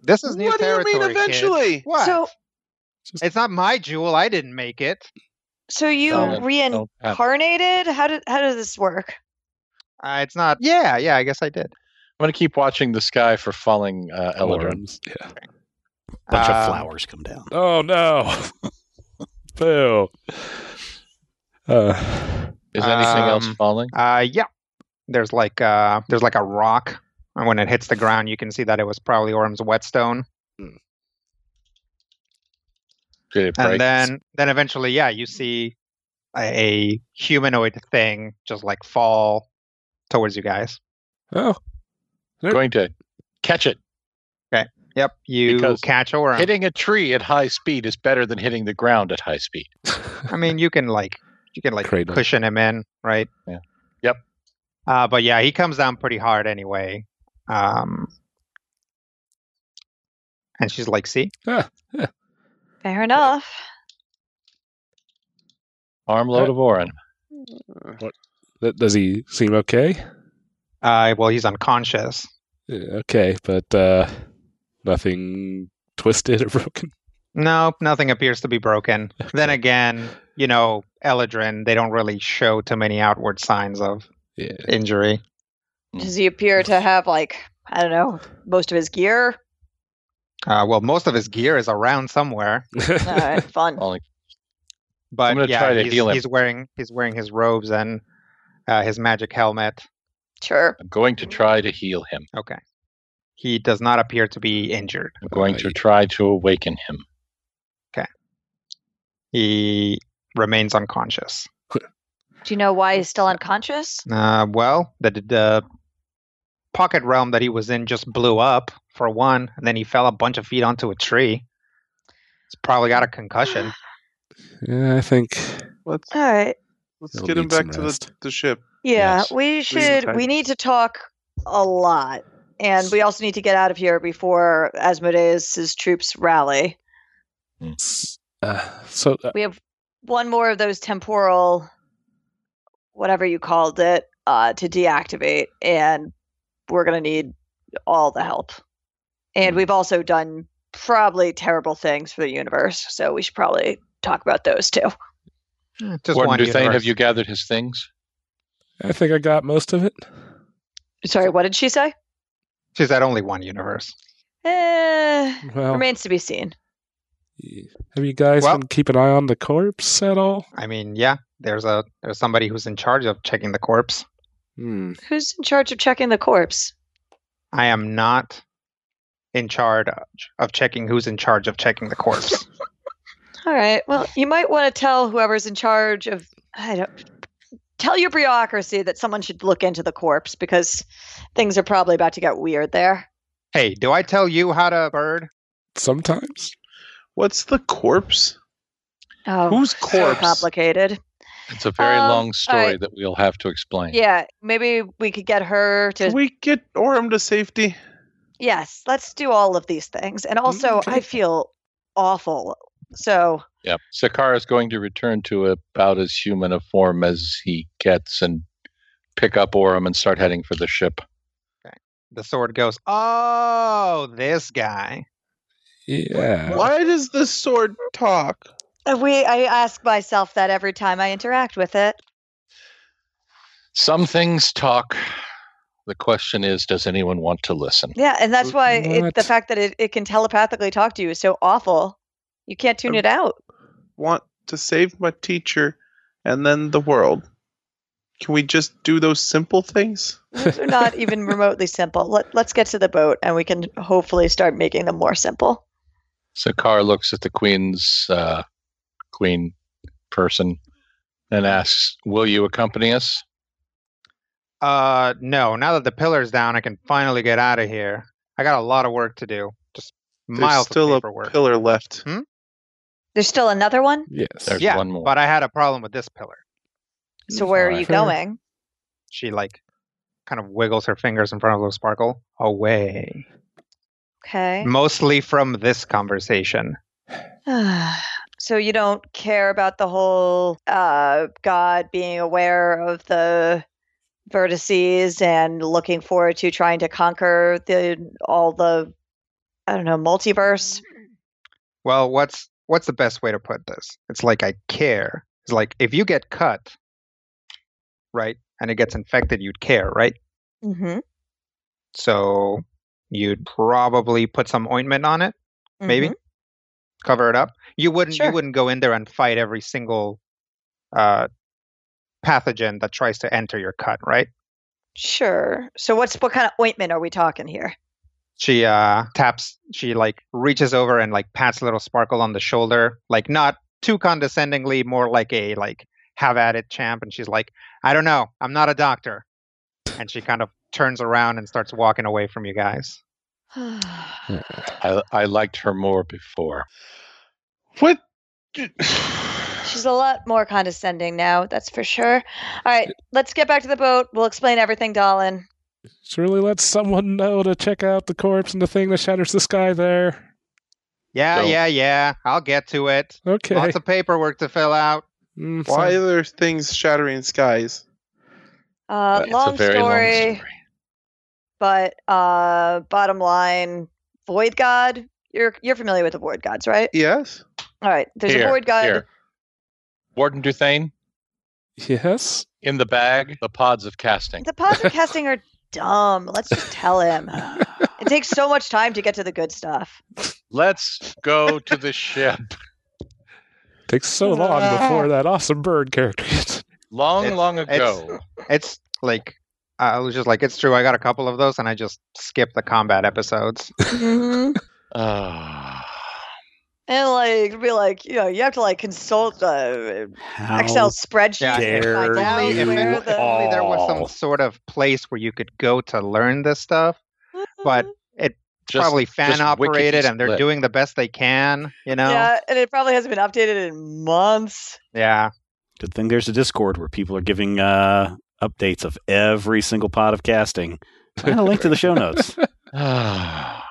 Speaker 2: This is new
Speaker 5: What do you
Speaker 2: territory.
Speaker 5: mean
Speaker 2: kid.
Speaker 5: eventually?
Speaker 2: What?
Speaker 3: So
Speaker 2: it's not my jewel. I didn't make it.
Speaker 3: so you
Speaker 4: Don't- don't have it.
Speaker 3: reincarnated? How did how does this work?
Speaker 2: Uh, it's not. Yeah, yeah. I guess I did.
Speaker 4: I'm going to keep watching the sky for falling uh, Eladrin.
Speaker 6: Forums, Yeah.
Speaker 7: Bunch
Speaker 2: Um,
Speaker 5: Uh,
Speaker 7: of flowers come down.
Speaker 6: Oh no! Boo. Uh,
Speaker 4: Is anything else
Speaker 2: Um,
Speaker 4: falling?
Speaker 2: Uh, yeah. There's like uh, there's like a rock, and when it hits the ground, you can see that it was probably Orm's whetstone.
Speaker 4: Did it break?
Speaker 2: and then then eventually yeah you see a, a humanoid thing just like fall towards you guys
Speaker 6: Oh,
Speaker 4: going to catch it.
Speaker 2: yep you
Speaker 4: Because
Speaker 2: catch a worm
Speaker 4: Hitting a tree at high speed is better than hitting the ground at high speed.
Speaker 2: i mean you can like you can like
Speaker 6: Cradle.
Speaker 2: cushion him in right
Speaker 4: Yeah. Yep.
Speaker 2: uh, but yeah he comes down pretty hard anyway um and she's like see
Speaker 3: Fair enough.
Speaker 4: Armload of Orin.
Speaker 6: Th- Does he seem okay?
Speaker 2: uh well he's unconscious
Speaker 6: Yeah, Okay, but uh, nothing twisted or broken.
Speaker 2: Nope, nothing appears to be broken. Then again, you know, Eladrin, they don't really show too many outward signs of
Speaker 6: Yeah.
Speaker 2: injury.
Speaker 3: Does he appear to have like I don't know most of his gear?
Speaker 2: Uh, well, most of his gear is around somewhere,
Speaker 3: All right, fun.
Speaker 4: Only I'm
Speaker 2: but
Speaker 4: gonna
Speaker 2: yeah,
Speaker 4: try to
Speaker 2: he's,
Speaker 4: heal him.
Speaker 2: he's wearing he's wearing his robes and uh, his magic helmet.
Speaker 3: Sure.
Speaker 4: I'm going to try to heal him.
Speaker 2: Okay, he does not appear to be injured.
Speaker 4: I'm going to try to awaken him.
Speaker 2: He remains unconscious.
Speaker 3: Do you know why he's still unconscious?
Speaker 2: Uh, well, the the pocket realm that he was in just blew up for one, and then he fell a bunch of feet onto a tree. He's probably got a concussion.
Speaker 6: yeah, I think.
Speaker 5: Let's
Speaker 3: All right.
Speaker 5: let's
Speaker 6: It'll
Speaker 5: get him
Speaker 6: need some
Speaker 5: back to the,
Speaker 6: rest.
Speaker 5: the ship.
Speaker 3: Yeah,
Speaker 6: Yes.
Speaker 3: we should.
Speaker 5: okay.
Speaker 3: We need to talk a lot, and we also need to get out of here before Asmodeus's troops rally.
Speaker 6: s- Uh, so uh,
Speaker 3: We have one more of those temporal, whatever you called it, uh, to deactivate, and we're gonna need all the help. And
Speaker 6: Hmm.
Speaker 3: we've also done probably terrible things for the universe, so we should probably talk about those too.
Speaker 2: Just
Speaker 4: Warden
Speaker 2: one
Speaker 4: Duthane, have
Speaker 2: universe.
Speaker 4: you gathered his things?
Speaker 6: I think I got most of it.
Speaker 3: Sorry, what did she say?
Speaker 2: She's at only one universe.
Speaker 3: Eh,
Speaker 6: Well,
Speaker 3: remains to be seen.
Speaker 6: have you guys
Speaker 2: Well-
Speaker 6: been keep an eye on the corpse at all?
Speaker 2: I mean, yeah, there's a there's somebody who's in charge of checking the corpse.
Speaker 6: Hmm.
Speaker 3: Who's in charge of checking the corpse?
Speaker 2: I am not in charge of checking who's in charge of checking the corpse.
Speaker 3: All right. Well, you might want to tell whoever's in charge of I don't tell your bureaucracy that someone should look into the corpse because things are probably about to get weird there.
Speaker 2: hey, do I tell you how to bird?
Speaker 6: Sometimes.
Speaker 5: What's the corpse?
Speaker 3: Oh,
Speaker 5: Whose
Speaker 3: so
Speaker 5: corpse?
Speaker 3: complicated.
Speaker 4: It's a very
Speaker 3: Um,
Speaker 4: long story
Speaker 3: alright.
Speaker 4: that we'll have to explain.
Speaker 3: Yeah, maybe we could get her to
Speaker 5: Can we get Orem to safety?
Speaker 3: Yes, let's do all of these things.
Speaker 5: Mm,
Speaker 3: And also, I feel awful. So,
Speaker 4: Yep. Sakar is going to return to about as human a form as he gets and pick up Orim and start heading for the ship.
Speaker 2: The sword goes, "Oh, this guy."
Speaker 6: Yeah.
Speaker 5: Why does the sword talk?
Speaker 3: uh, we I ask myself that every time I interact with it.
Speaker 4: Some things talk. The question is, does anyone want to listen?
Speaker 3: Yeah, and that's why it, the
Speaker 6: What?
Speaker 3: fact that it, it can telepathically talk to you is so awful. You can't tune
Speaker 5: Um,
Speaker 3: it out.
Speaker 5: Want to save my teacher and then the world. Can we just do those simple things?
Speaker 3: Those are not even remotely simple. Let, let's get to the boat and we can hopefully start making them more simple.
Speaker 4: Sakar looks at the queen's uh, queen person and asks, "Will you accompany us?"
Speaker 2: Uh, no. Now that the pillar's down, I can finally get out of here. I got a lot of work to do. Just
Speaker 5: There's
Speaker 2: miles
Speaker 5: still
Speaker 2: of
Speaker 5: a
Speaker 2: paperwork.
Speaker 5: pillar left.
Speaker 3: There's still another one.
Speaker 6: Yes.
Speaker 4: There's
Speaker 2: yeah,
Speaker 4: one more.
Speaker 2: but I had a problem with this pillar.
Speaker 3: So, where are you
Speaker 6: Fair.
Speaker 3: going?
Speaker 2: She like kind of wiggles her fingers in front of Little Sparkle away.
Speaker 3: Okay.
Speaker 2: mostly from this conversation.
Speaker 3: so, you don't care about the whole uh, God being aware of the vertices and looking forward to trying to conquer the all the, I don't know, multiverse?
Speaker 2: Well, what's what's the best way to put this? It's like I care. It's like if you get cut, right, and it gets infected, you'd care, right?
Speaker 3: Mm-hmm.
Speaker 2: So you'd probably put some ointment on it,
Speaker 3: Mm-hmm.
Speaker 2: maybe cover it up. You wouldn't
Speaker 3: Sure.
Speaker 2: you wouldn't go in there and fight every single uh, pathogen that tries to enter your cut, right?
Speaker 3: Sure. So what's what kind of ointment are we talking here?
Speaker 2: she uh taps she like reaches over and like pats little sparkle on the shoulder like not too condescendingly more like a like have at it champ and she's like i don't know i'm not a doctor and she kind of turns around and starts walking away from you guys
Speaker 4: I, I liked her more before.
Speaker 5: What?
Speaker 3: She's a lot more condescending now, that's for sure. All right, let's get back to the boat. We'll explain everything, Dolan.
Speaker 6: Surely let someone know to check out the corpse and the thing that shatters the sky there.
Speaker 2: yeah
Speaker 4: Dope.
Speaker 2: yeah yeah i'll get to it
Speaker 6: Okay.
Speaker 2: lots of paperwork to fill out
Speaker 6: Mm, so-
Speaker 5: Why are there things shattering skies?
Speaker 3: Uh, long, story, but uh, bottom line, Void God. You're you're familiar with the Void Gods, right?
Speaker 5: Yes.
Speaker 3: All right, there's
Speaker 4: Here,
Speaker 3: a Void God.
Speaker 4: here. Warden Duthane,
Speaker 6: Yes.
Speaker 4: in the bag, the pods of casting.
Speaker 3: The pods of casting are dumb. Let's just tell him. It takes so much time to get to the good stuff.
Speaker 4: Let's go to the ship.
Speaker 6: Takes so long before that awesome bird character. gets-
Speaker 4: Long,
Speaker 2: It-
Speaker 4: long
Speaker 2: it's-
Speaker 4: ago.
Speaker 2: it's like i was just like it's true i got a couple of those and i just skipped the combat episodes
Speaker 1: Mm-hmm.
Speaker 3: Mhm.
Speaker 4: Ah.
Speaker 3: and like be like, you know, you have to like consult the
Speaker 1: How
Speaker 3: Excel spreadsheet.
Speaker 2: Yeah,
Speaker 3: to find
Speaker 1: dare
Speaker 3: out
Speaker 2: Only if,
Speaker 3: where
Speaker 2: if only there was
Speaker 4: Oh.
Speaker 2: some sort of place where you could go to learn this stuff. but
Speaker 4: Just-
Speaker 2: Probably fan
Speaker 4: just Wiki
Speaker 2: operated, and they're
Speaker 4: split.
Speaker 2: doing the best they can. You know? Yeah.
Speaker 3: Yeah, and it probably hasn't been updated in months.
Speaker 1: Good thing there's a Discord where people are giving uh, updates of every single pod of casting. Find a link to the show notes.
Speaker 4: Ah.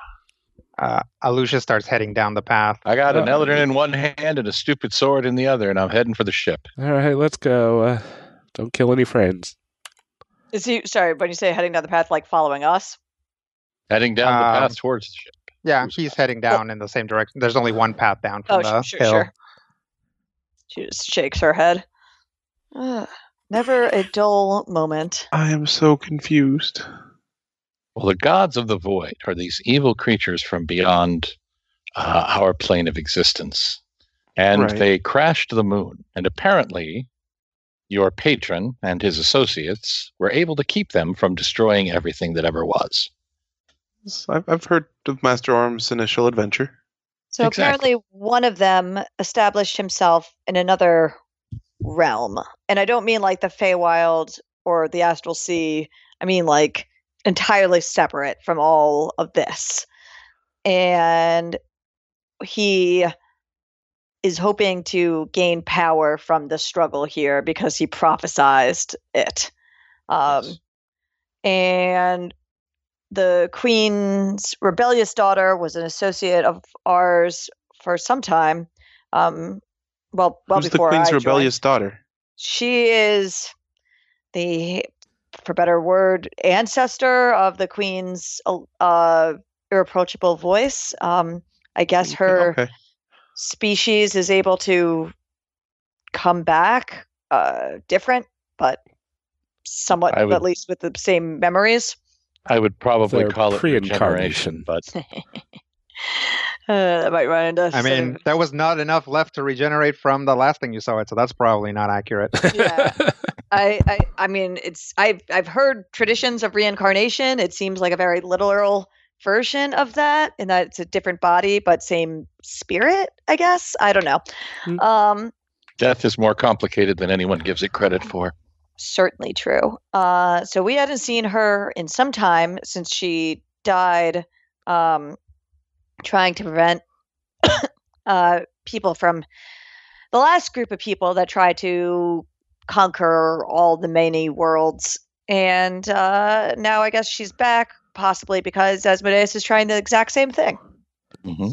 Speaker 2: Uh, Alusha starts heading down the path.
Speaker 4: I got an
Speaker 6: Uh,
Speaker 4: Eldrin in one hand and a stupid sword in the other, and I'm heading for the ship.
Speaker 6: All right, let's go. Uh, don't kill any friends.
Speaker 3: Is he sorry, when you say heading down the path like following us?
Speaker 4: Heading down the
Speaker 2: Um,
Speaker 4: path towards the ship.
Speaker 2: Yeah,
Speaker 4: Who's
Speaker 2: he's
Speaker 4: that?
Speaker 2: heading down in the same direction. There's only one path down
Speaker 3: Oh
Speaker 2: from
Speaker 3: sh-
Speaker 2: the
Speaker 3: sure,
Speaker 2: hill.
Speaker 3: sure. She just shakes her head. Ugh, never a dull moment.
Speaker 5: I am so confused.
Speaker 4: Well, the gods of the void are these evil creatures from beyond uh, our plane of existence. And
Speaker 5: Right.
Speaker 4: they crashed the moon. And apparently, your patron and his associates were able to keep them from destroying everything that ever was.
Speaker 5: I've, I've heard of Master Arm's initial adventure.
Speaker 3: So
Speaker 4: Exactly.
Speaker 3: apparently one of them established himself in another realm. And I don't mean like the Feywild or the Astral Sea. I mean like entirely separate from all of this. And he is hoping to gain power from the struggle here because he prophesized it. Um,
Speaker 4: Yes.
Speaker 3: And the queen's rebellious daughter was an associate of ours for some time. Um, well, well
Speaker 5: Who's the
Speaker 3: before
Speaker 5: Queen's
Speaker 3: I joined.
Speaker 5: rebellious daughter?
Speaker 3: She is the, for better word, ancestor of the queen's uh, irreproachable voice. Um, I guess her
Speaker 5: Mm, Okay.
Speaker 3: species is able to come back uh different but somewhat
Speaker 4: I would-
Speaker 3: at least with the same memories
Speaker 4: I would probably
Speaker 6: They're
Speaker 4: call it
Speaker 6: pre-incarnation.
Speaker 4: regeneration, but
Speaker 3: uh, that might run into
Speaker 2: I mean, there was not enough left to regenerate from the last thing you saw it, so that's probably not accurate.
Speaker 3: Yeah. I, I i mean it's i've i've heard traditions of reincarnation it seems like a very literal version of that in that it's a different body but same spirit i guess i don't know
Speaker 6: Hmm.
Speaker 3: um
Speaker 4: death is more complicated than anyone gives it credit for.
Speaker 3: certainly true. Uh, so we hadn't seen her in some time since she died um, trying to prevent uh, people from the last group of people that tried to conquer all the many worlds. And uh, now I guess she's back, possibly because Asmodeus is trying the exact same thing.
Speaker 4: Mhm.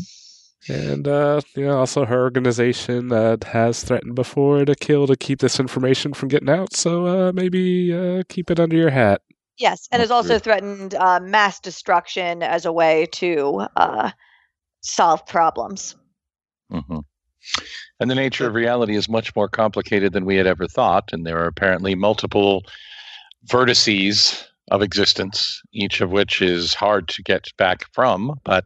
Speaker 6: And uh, you know, also her organization uh, has threatened before to kill to keep this information from getting out. So uh, maybe uh, keep it under your hat.
Speaker 3: Yes, and has
Speaker 4: Not
Speaker 3: also
Speaker 4: rude.
Speaker 3: threatened uh, mass destruction as a way to uh, solve problems.
Speaker 4: hmm And the nature of reality is much more complicated than we had ever thought. And there are apparently multiple vertices of existence, each of which is hard to get back from. But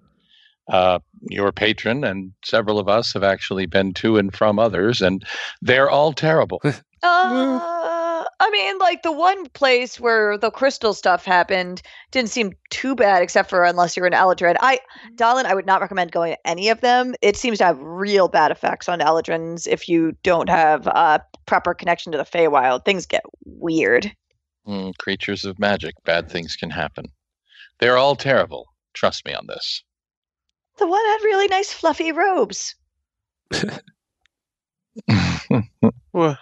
Speaker 4: uh, your patron and several of us have actually been to and from others, and they're all terrible.
Speaker 3: Uh, I mean, like the one place where the crystal stuff happened didn't seem too bad, except for unless you're in Eladrin. I,
Speaker 4: Mm-hmm.
Speaker 3: Dalin, I would not recommend going to any of them. It seems to have real bad effects on Eladrins if you don't have a proper connection to the Feywild. Things get weird.
Speaker 4: Mm, creatures of magic, bad things can happen. They're all terrible. Trust me on this.
Speaker 3: The one had really nice fluffy robes.
Speaker 5: What?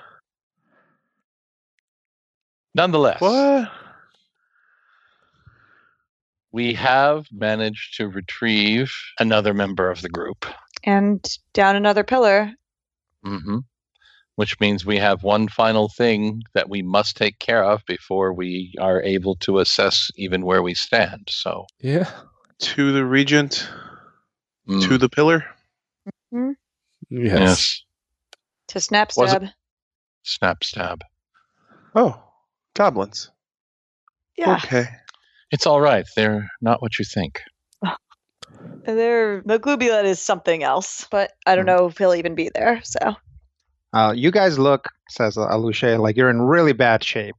Speaker 4: Nonetheless,
Speaker 5: What?
Speaker 4: we have managed to retrieve another member of the group,
Speaker 3: And down another pillar.
Speaker 4: hmm which means we have one final thing that we must take care of before we are able to assess even where we stand. So,
Speaker 6: Yeah.
Speaker 5: To the regent,
Speaker 4: mm,
Speaker 5: to the pillar.
Speaker 6: Yes.
Speaker 4: yes,
Speaker 3: To snap
Speaker 4: Was it-
Speaker 3: stab.
Speaker 4: snap, stab.
Speaker 5: Oh, goblins.
Speaker 3: Yeah.
Speaker 5: Okay.
Speaker 4: It's all right. They're not what you think.
Speaker 3: There Maglubulet is something else, but I don't
Speaker 4: Hmm.
Speaker 3: know if he'll even be there, so
Speaker 2: Uh, you guys look, says Alusha, like you're in really bad shape.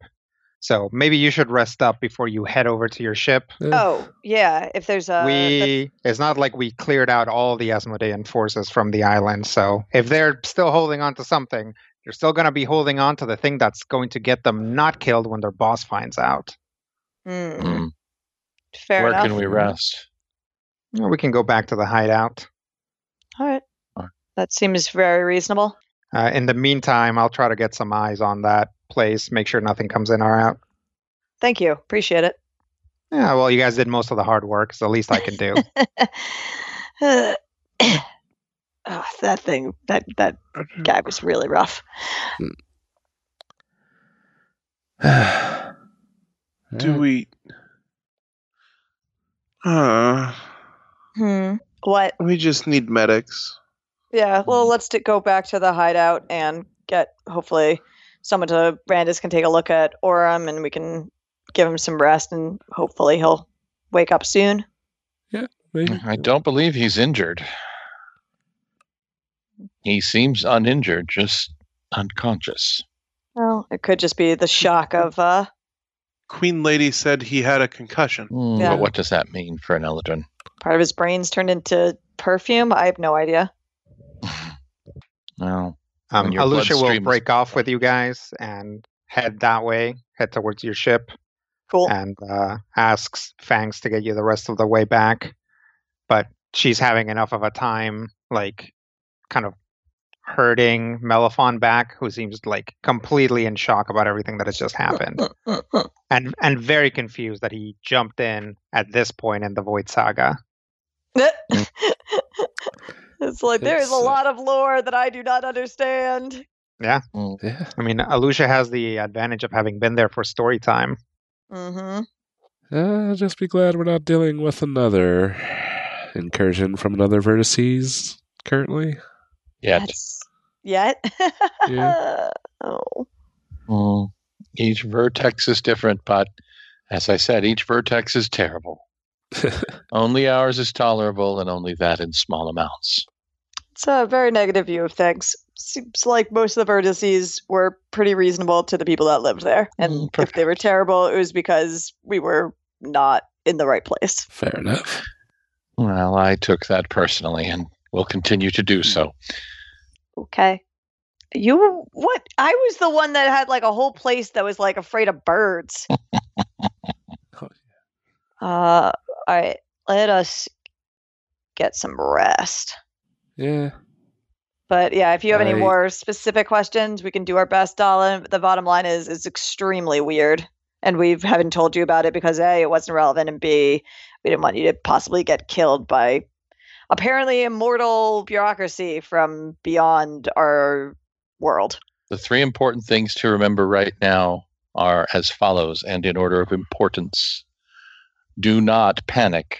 Speaker 2: So maybe you should rest up before you head over to your ship.
Speaker 3: Oh, yeah. If there's a
Speaker 2: we it's not like we cleared out all the Asmodean forces from the island. So if they're still holding on to something, they're still going to be holding on to the thing that's going to get them not killed when their boss finds out.
Speaker 3: Hmm,
Speaker 4: Mm.
Speaker 3: fair
Speaker 4: Where
Speaker 3: enough.
Speaker 4: can we rest?
Speaker 2: Well, We can go back to the hideout.
Speaker 3: All right.
Speaker 4: Alright.
Speaker 3: That seems very reasonable.
Speaker 2: Uh, in the meantime, I'll try to get some eyes on that place, make sure nothing comes in or out.
Speaker 3: Thank you. Appreciate it.
Speaker 2: Yeah, well, you guys did most of the hard work. It's the least I can do.
Speaker 3: oh, that thing that that guy was really rough.
Speaker 5: Do we? Uh,
Speaker 3: Hmm. What?
Speaker 5: we just need medics.
Speaker 3: Yeah. Well, let's t- go back to the hideout and get hopefully someone to Brandis can take a look at Oram and we can give him some rest and hopefully he'll wake up soon.
Speaker 6: Maybe.
Speaker 4: I don't believe he's injured. He seems uninjured, just unconscious.
Speaker 3: Well, it could just be the shock of uh
Speaker 5: Queen Lady said he had a concussion.
Speaker 4: Mm,
Speaker 3: Yeah.
Speaker 4: But what does that mean for an Eldrin?
Speaker 3: part of his brain's turned into perfume. I have no idea.
Speaker 4: Well,
Speaker 2: Um,
Speaker 4: When your
Speaker 2: Alusha will
Speaker 4: bloodstream is-
Speaker 2: break off with you guys and head that way, head towards your ship,
Speaker 3: Cool.
Speaker 2: and uh, asks Fangs to get you the rest of the way back. But she's having enough of a time, like, kind of hurting Melifon back, who seems like completely in shock about everything that has just happened, and and very confused that he jumped in at this point in the Void Saga.
Speaker 3: it's like there is
Speaker 6: It's,
Speaker 3: a
Speaker 6: uh,
Speaker 3: lot of lore that I do not understand.
Speaker 4: mm.
Speaker 6: Yeah.
Speaker 2: I mean, Alusha has the advantage of having been there for story time.
Speaker 3: Mm-hmm.
Speaker 6: Uh, just be glad we're not dealing with another incursion from another vertices currently.
Speaker 4: yet
Speaker 3: That's yet.
Speaker 6: Yeah.
Speaker 3: oh.
Speaker 4: mm, each vertex is different, but as I said, each vertex is terrible. only ours is tolerable, and only that in small amounts.
Speaker 3: It's a very negative view of things. Seems like most of the vertices were pretty reasonable to the people that lived there.
Speaker 6: Mm-hmm.
Speaker 3: And
Speaker 4: Mm,
Speaker 3: if they were
Speaker 4: perhaps.
Speaker 3: terrible, it was because we were not in the right place.
Speaker 6: Fair enough.
Speaker 4: Well, I took that personally and will continue to do so.
Speaker 3: Okay. You what? I was the one that had like a whole place that was like afraid of birds. Uh, all right. Let us get some rest.
Speaker 6: Yeah.
Speaker 3: But yeah, if you have any
Speaker 6: I-
Speaker 3: more specific questions, we can do our best, Dalin. The bottom line is it's extremely weird. And we haven't told you about it because A, it wasn't relevant, and B, we didn't want you to possibly get killed by apparently immortal bureaucracy from beyond our world.
Speaker 4: The three important things to remember right now are as follows, and in order of importance. Do not panic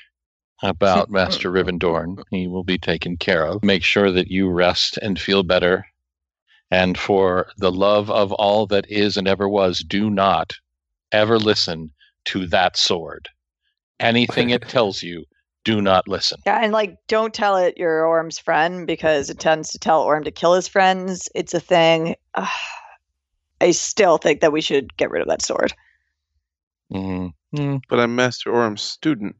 Speaker 4: about Master Rivendorn. He will be taken care of. Make sure that you rest and feel better. And for the love of all that is and ever was, do not ever listen to that sword. Anything it tells you, do not listen.
Speaker 3: Yeah, and like don't tell it your Orm's friend because it tends to tell Orm to kill his friends. It's a thing. Ugh. I still think that we should get rid of that sword.
Speaker 4: Mm.
Speaker 5: But I'm Master Orm's student.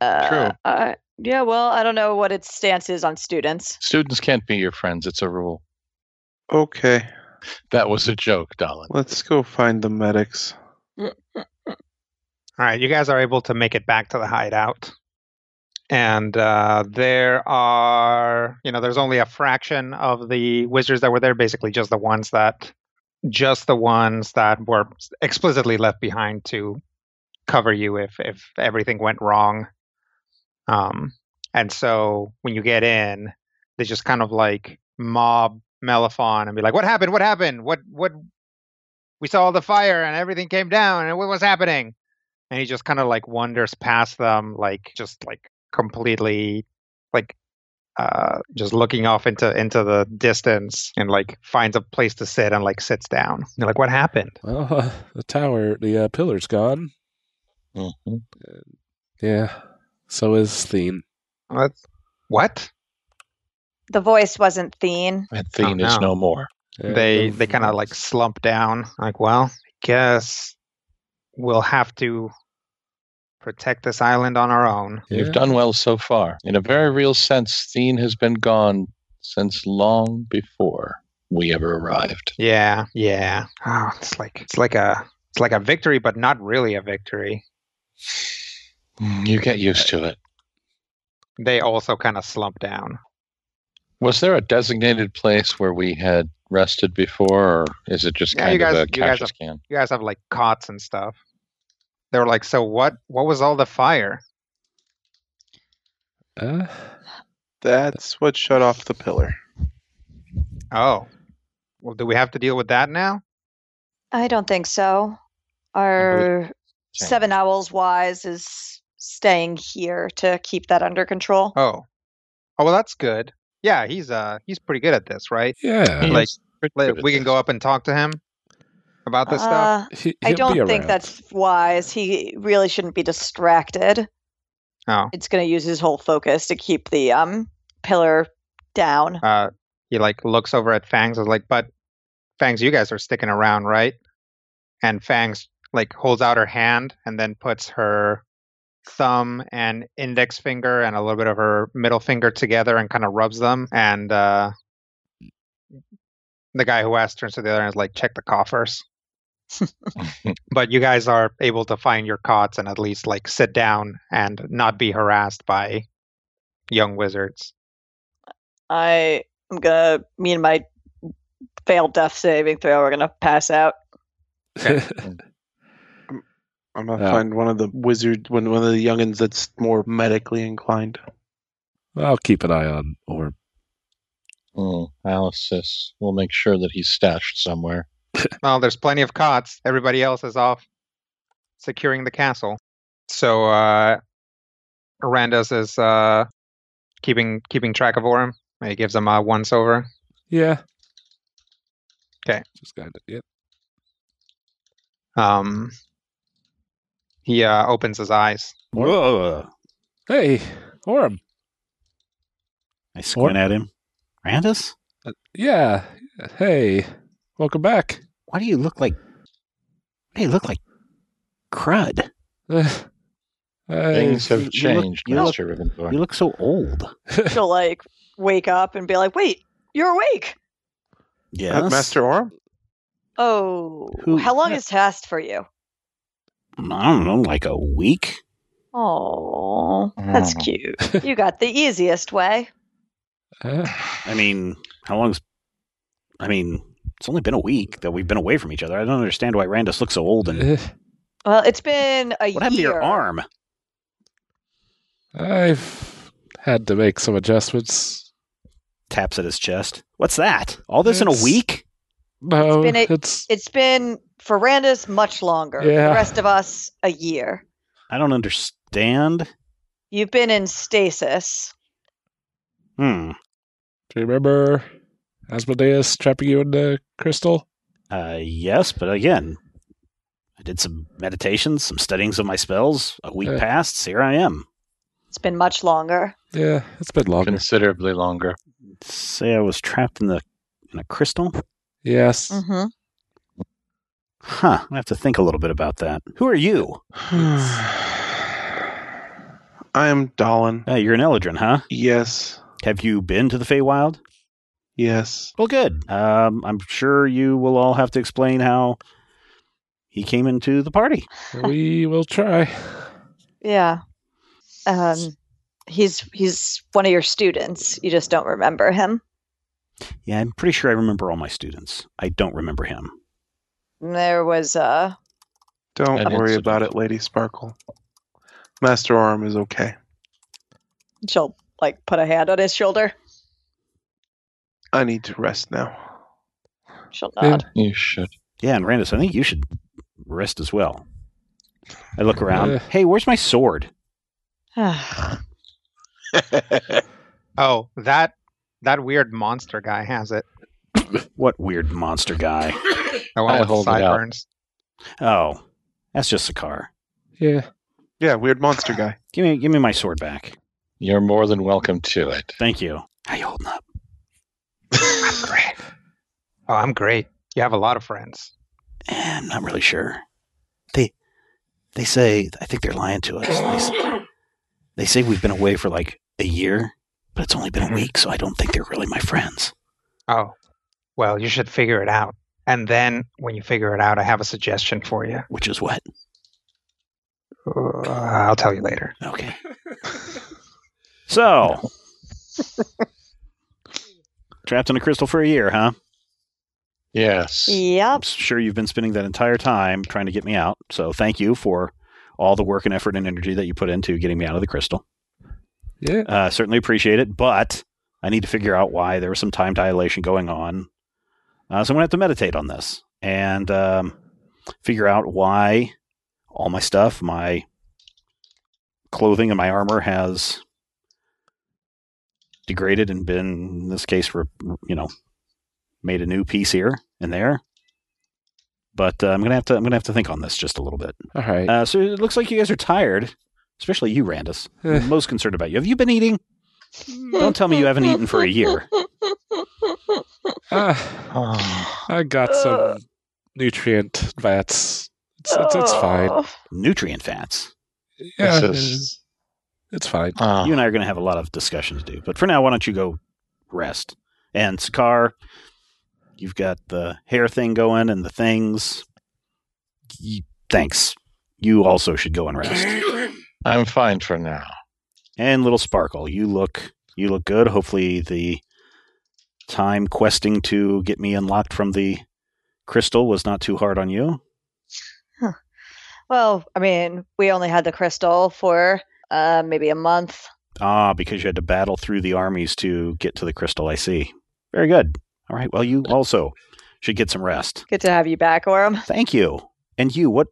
Speaker 3: Uh,
Speaker 4: True.
Speaker 3: I- yeah, well, I don't know what its stance is on students.
Speaker 4: Students can't be your friends. It's a rule.
Speaker 5: Okay,
Speaker 4: That was a joke, Dalin.
Speaker 5: let's go find the medics.
Speaker 2: All right, you guys are able to make it back to the hideout. And uh, there are, you know, there's only a fraction of the wizards that were there, basically just the ones that, just the ones that were explicitly left behind to cover you if, if everything went wrong. Um, and so when you get in, they just kind of like mob Melifon and be like, what happened? What happened? What, what? We saw all the fire and everything came down and what was happening? and he just kind of like wanders past them like just like completely like uh just looking off into into the distance and like finds a place to sit and like sits down you're like what happened
Speaker 6: Well, uh, the tower, the uh, pillar's gone.
Speaker 4: Mhm.
Speaker 6: Yeah. So is Theen.
Speaker 2: what what
Speaker 3: The voice wasn't Theen.
Speaker 4: And Thene
Speaker 2: Oh,
Speaker 4: is
Speaker 2: no.
Speaker 4: no more.
Speaker 6: Uh,
Speaker 2: they
Speaker 6: the
Speaker 2: they kind of
Speaker 6: voice.
Speaker 2: like slump down like well i guess we'll have to protect this island on our own
Speaker 6: Yeah.
Speaker 4: You've done well so far. In a very real sense, Thene has been gone since long before we ever arrived.
Speaker 2: yeah yeah oh it's like it's like a it's like a victory but not really a victory
Speaker 4: You get used to it.
Speaker 2: they also kind of slump down
Speaker 4: Was there a designated place where we had rested before, or is it just
Speaker 2: Yeah,
Speaker 4: kind
Speaker 2: you guys-
Speaker 4: of
Speaker 2: you
Speaker 4: a
Speaker 2: guys
Speaker 4: cash
Speaker 2: have-
Speaker 4: can?
Speaker 2: you guys have like cots and stuff. They were like, so what? What was all the fire?
Speaker 6: Uh,
Speaker 5: That's what shut off the pillar.
Speaker 2: Oh, well, do we have to deal with that now?
Speaker 3: I don't think so. Our
Speaker 4: Change.
Speaker 3: seven owls wise is staying here to keep that under control.
Speaker 2: Oh, oh, well, that's good. Yeah, he's uh, he's pretty good at this, right?
Speaker 6: yeah.
Speaker 4: He's
Speaker 2: like,
Speaker 4: pretty
Speaker 2: Like,
Speaker 4: good at
Speaker 2: we can
Speaker 4: this.
Speaker 2: go up and talk to him about this stuff.
Speaker 3: Uh,
Speaker 6: He,
Speaker 3: I
Speaker 6: he'll be
Speaker 3: don't think
Speaker 6: around.
Speaker 3: that's wise. He really shouldn't be distracted.
Speaker 4: Uh,
Speaker 2: Oh,
Speaker 3: It's going to use his whole focus to keep the um pillar down.
Speaker 2: uh, he like looks over at Fangs. Is like, but Fangs, you guys are sticking around, right? And Fangs like holds out her hand and then puts her thumb and index finger and a little bit of her middle finger together and kind of rubs them. And uh, the guy who asked turns to the other and is like, check the coffers. but you guys are able to find your cots and at least like sit down and not be harassed by young wizards.
Speaker 3: I am gonna me and my failed death saving throw. We're gonna pass out.
Speaker 5: I'm gonna
Speaker 6: Yeah.
Speaker 5: find one of the wizard, one one of the youngins that's more medically inclined.
Speaker 6: I'll keep an eye on Orb.
Speaker 4: Mm, Alice's. We'll make sure that he's stashed somewhere.
Speaker 2: Well, there's plenty of cots. Everybody else is off securing the castle. So uh Arandas is uh keeping keeping track of Orem. and He gives him a once over.
Speaker 6: Yeah.
Speaker 2: 'Kay.
Speaker 6: Just kind of, yep.
Speaker 2: Um he uh, opens his eyes.
Speaker 1: Whoa.
Speaker 6: Hey, Orm.
Speaker 1: I squint at him. Randus,
Speaker 6: Uh, Yeah. Hey, welcome back.
Speaker 1: why do you look like? Why do you look like crud?
Speaker 6: Uh, I,
Speaker 4: Things have
Speaker 1: you look-
Speaker 4: changed,
Speaker 1: you look-
Speaker 4: Master Rivendor.
Speaker 1: You look so old.
Speaker 3: She'll like wake up and be like, "Wait, you're awake."
Speaker 1: Yeah,
Speaker 5: Uh, Master Orm.
Speaker 3: Oh,
Speaker 1: Who-
Speaker 3: how long
Speaker 1: yeah.
Speaker 3: has passed for you?
Speaker 1: I don't know, like a week.
Speaker 3: Oh, that's
Speaker 4: Mm.
Speaker 3: cute. You got the easiest way.
Speaker 6: uh,
Speaker 1: I mean, how long's? I mean, it's only been a week that we've been away from each other. I don't understand why Randus looks so old. And
Speaker 6: uh,
Speaker 3: Well, it's been a year.
Speaker 1: what happened to your arm?
Speaker 6: I've had to make some adjustments.
Speaker 1: Taps at his chest. What's that? All this in a
Speaker 6: It's-
Speaker 1: week?
Speaker 6: No,
Speaker 3: been a-
Speaker 6: it's
Speaker 3: It's been for Randus much longer.
Speaker 6: Yeah.
Speaker 3: The rest of us a year.
Speaker 1: I don't understand.
Speaker 3: You've been in stasis.
Speaker 1: Hmm.
Speaker 6: Do you remember Asmodeus trapping you in the crystal?
Speaker 1: Uh, yes, but again, I did some meditations, some studyings of my spells. A week
Speaker 6: Yeah.
Speaker 1: passed. Here I am.
Speaker 3: It's been much longer.
Speaker 6: Yeah, it's been longer.
Speaker 4: Considerably longer.
Speaker 1: Say I was trapped in the in a crystal.
Speaker 6: Yes.
Speaker 3: Mm-hmm.
Speaker 1: Huh. I have to think a little bit about that. Who are you?
Speaker 5: I am Dolan.
Speaker 1: Uh, you're an Eldrin, huh?
Speaker 5: Yes.
Speaker 1: Have you been to the Feywild?
Speaker 5: Yes.
Speaker 1: Well, good. Um, I'm sure you will all have to explain how he came into the party.
Speaker 6: we will try.
Speaker 3: Yeah. Um, he's he's one of your students. You just don't remember him.
Speaker 1: Yeah, I'm pretty sure I remember all my students. I don't remember him.
Speaker 3: There was uh
Speaker 5: Don't
Speaker 4: An
Speaker 5: worry
Speaker 4: incident.
Speaker 5: about it, Lady Sparkle. Master Orm is okay.
Speaker 3: she'll like put a hand on his shoulder.
Speaker 5: I need to rest now.
Speaker 3: She'll
Speaker 6: Yeah.
Speaker 3: nod.
Speaker 4: You should.
Speaker 1: Yeah, and Randus, I think you should rest as well. I look around.
Speaker 6: Yeah.
Speaker 1: Hey, where's my sword?
Speaker 2: Oh, that that weird monster guy has it.
Speaker 1: What weird monster guy?
Speaker 2: The
Speaker 4: I
Speaker 2: one with the
Speaker 4: hold it out.
Speaker 2: sideburns.
Speaker 1: Oh, that's just Sakar.
Speaker 6: Yeah.
Speaker 5: Yeah, weird monster guy.
Speaker 1: Give me, give me my sword back.
Speaker 4: You're more than welcome to it.
Speaker 1: Thank you. How you holding up?
Speaker 2: Great. Oh, I'm great. You have a lot of friends.
Speaker 1: Eh, I'm not really sure. They, they say I think they're lying to us. They, s- they say we've been away for like a year, but it's only been a week, so I don't think they're really my friends.
Speaker 2: Oh, well, you should figure it out. And then when you figure it out, I have a suggestion for you.
Speaker 1: Which is what?
Speaker 2: Uh, I'll tell you later.
Speaker 1: Okay. So, trapped in a crystal for a year, huh?
Speaker 4: Yes.
Speaker 1: I'm
Speaker 3: yep.
Speaker 1: sure you've been spending that entire time trying to get me out. So, thank you for all the work and effort and energy that you put into getting me out of the crystal.
Speaker 6: Yeah.
Speaker 1: Uh, certainly appreciate it, but I need to figure out why there was some time dilation going on. Uh, so I'm gonna have to meditate on this and um, figure out why all my stuff, my clothing and my armor, has degraded and been, in this case, re- you know, made a new piece here and there. But uh, I'm gonna have to I'm gonna have to think on this just a little bit.
Speaker 6: All right.
Speaker 1: Uh, so it looks like you guys are tired, especially you, Randus.
Speaker 6: Eh.
Speaker 1: I'm most concerned about you. Have you been eating? Don't tell me you haven't eaten for a year.
Speaker 6: Ah, I got some nutrient vats. It's, it's, it's fine.
Speaker 3: Oh.
Speaker 1: Nutrient fats.
Speaker 6: Yeah,
Speaker 4: This is-
Speaker 6: it's fine.
Speaker 4: Ah.
Speaker 1: You and I are going to have a lot of discussion to do. But for now, why don't you go rest? And Sakar, you've got the hair thing going and the things. Y- thanks. You also should go and rest.
Speaker 4: I'm fine for now.
Speaker 1: And little Sparkle, you look you look good. Hopefully the time questing to get me unlocked from the crystal was not too hard on you.
Speaker 3: Well, I mean, we only had the crystal for uh maybe a month.
Speaker 1: Ah, because you had to battle through the armies to get to the crystal. I see. Very good. All right. Well, you also should get some rest.
Speaker 3: Good to have you back, Orm.
Speaker 1: Thank you. And you, what?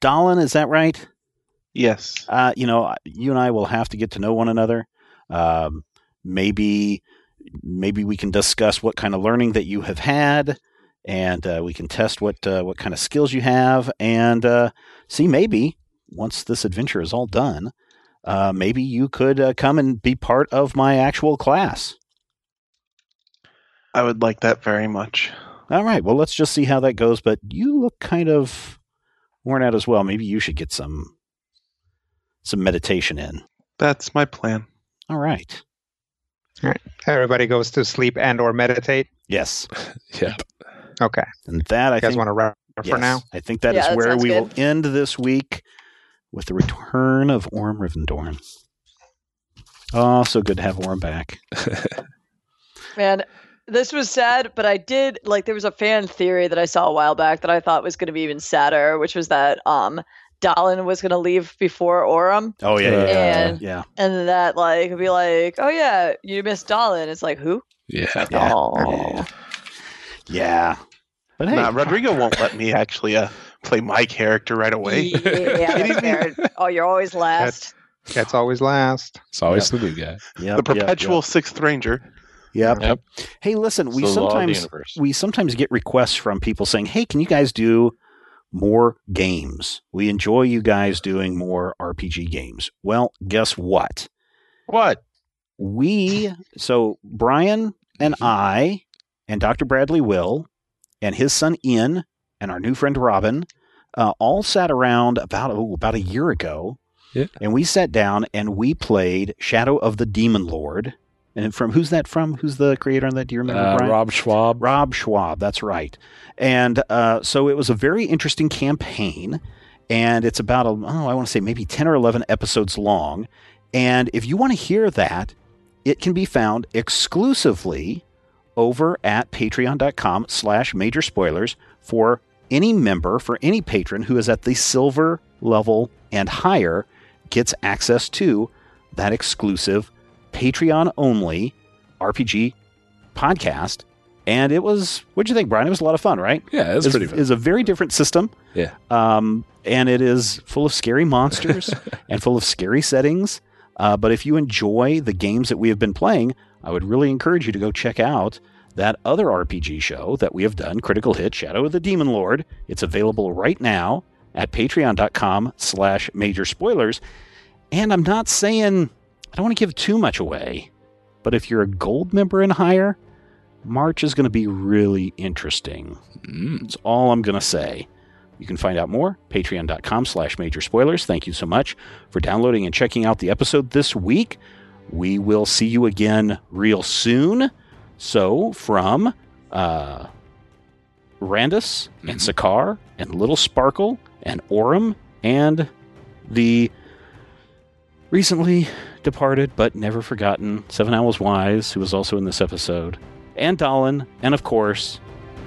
Speaker 1: Dolan, is that right?
Speaker 5: Yes.
Speaker 1: Uh, you know, you and I will have to get to know one another. Um, maybe, maybe we can discuss what kind of learning that you have had, and uh, we can test what uh, what kind of skills you have, and uh, see maybe once this adventure is all done, uh, maybe you could uh, come and be part of my actual class.
Speaker 5: I would like that very much.
Speaker 1: All right. Well, let's just see how that goes. But you look kind of worn out as well. Maybe you should get some some meditation in.
Speaker 5: That's my plan.
Speaker 1: All right.
Speaker 2: Everybody goes to sleep and or meditate.
Speaker 1: Yes.
Speaker 6: Yep.
Speaker 2: Okay.
Speaker 1: And that I
Speaker 2: You guys
Speaker 1: think
Speaker 2: want to wrap
Speaker 1: yes.
Speaker 2: for now?
Speaker 1: I think that is
Speaker 3: Yeah, that
Speaker 1: where
Speaker 3: sounds
Speaker 1: we will
Speaker 3: good.
Speaker 1: end this week with the return of Orm Rivendorn. Oh, so good to have Orm back.
Speaker 3: Man, this was sad, but I did like there was a fan theory that I saw a while back that I thought was going to be even sadder, which was that um Dalin was going to leave before Orem,
Speaker 1: Oh yeah, yeah,
Speaker 3: and
Speaker 1: yeah.
Speaker 3: and that like would be like, oh yeah, you missed Dalin. It's like who?
Speaker 6: Yeah.
Speaker 1: Yeah.
Speaker 3: Oh.
Speaker 1: Yeah. But hey,
Speaker 5: Nah, Rodrigo won't let me actually uh, play my character right away.
Speaker 3: Yeah, that's fair. oh, you're always last.
Speaker 2: That's always last.
Speaker 6: It's always the new guy.
Speaker 1: yep,
Speaker 5: the
Speaker 1: yep, yep.
Speaker 5: perpetual sixth ranger.
Speaker 1: Yep.
Speaker 4: Yep.
Speaker 1: Hey, listen,
Speaker 4: It's
Speaker 1: we
Speaker 4: the law of the
Speaker 1: sometimes
Speaker 4: universe.
Speaker 1: we sometimes get requests from people saying, "Hey, can you guys do more games? We enjoy you guys doing more RPG games." Well, guess what?
Speaker 4: What?
Speaker 1: We so
Speaker 6: Mm-hmm.
Speaker 1: Brian and I and Dr. Bradley Will and his son Ian and our new friend Robin uh, all sat around about oh, about a year ago,
Speaker 6: Yeah.
Speaker 1: and we sat down and we played Shadow of the Demon Lord. And from who's that from? Who's the creator on that? Do you remember?
Speaker 6: Uh,
Speaker 1: Brian?
Speaker 6: Rob Schwab.
Speaker 1: Rob Schwab, that's right. And uh, so it was a very interesting campaign, and it's about, a, oh, I want to say maybe 10 or 11 episodes long. And if you want to hear that, it can be found exclusively over at patreon.com slash major spoilers for any member, for any patron who is at the silver level and higher gets access to that exclusive Patreon only RPG podcast and it was what'd you think brian it was a lot of fun right
Speaker 6: Yeah, it's pretty fun.
Speaker 1: it's a very different system
Speaker 6: Yeah.
Speaker 1: um, and it is full of scary monsters and full of scary settings uh, but if you enjoy the games that we have been playing i would really encourage you to go check out that other rpg show that we have done critical hit shadow of the demon lord it's available right now at patreon.com slash major spoilers and i'm not saying i don't want to give too much away but if you're a gold member and higher March is going to be really interesting.
Speaker 6: Mm.
Speaker 1: That's all I'm going to say. You can find out more patreon.com slash major spoilers. Thank you so much for downloading and checking out the episode this week. We will see you again real soon. So from uh, Randus and Sakar and Little Sparkle and Orim and the recently departed but never forgotten Seven Owls Wise, who was also in this episode, and Dolan, and of course,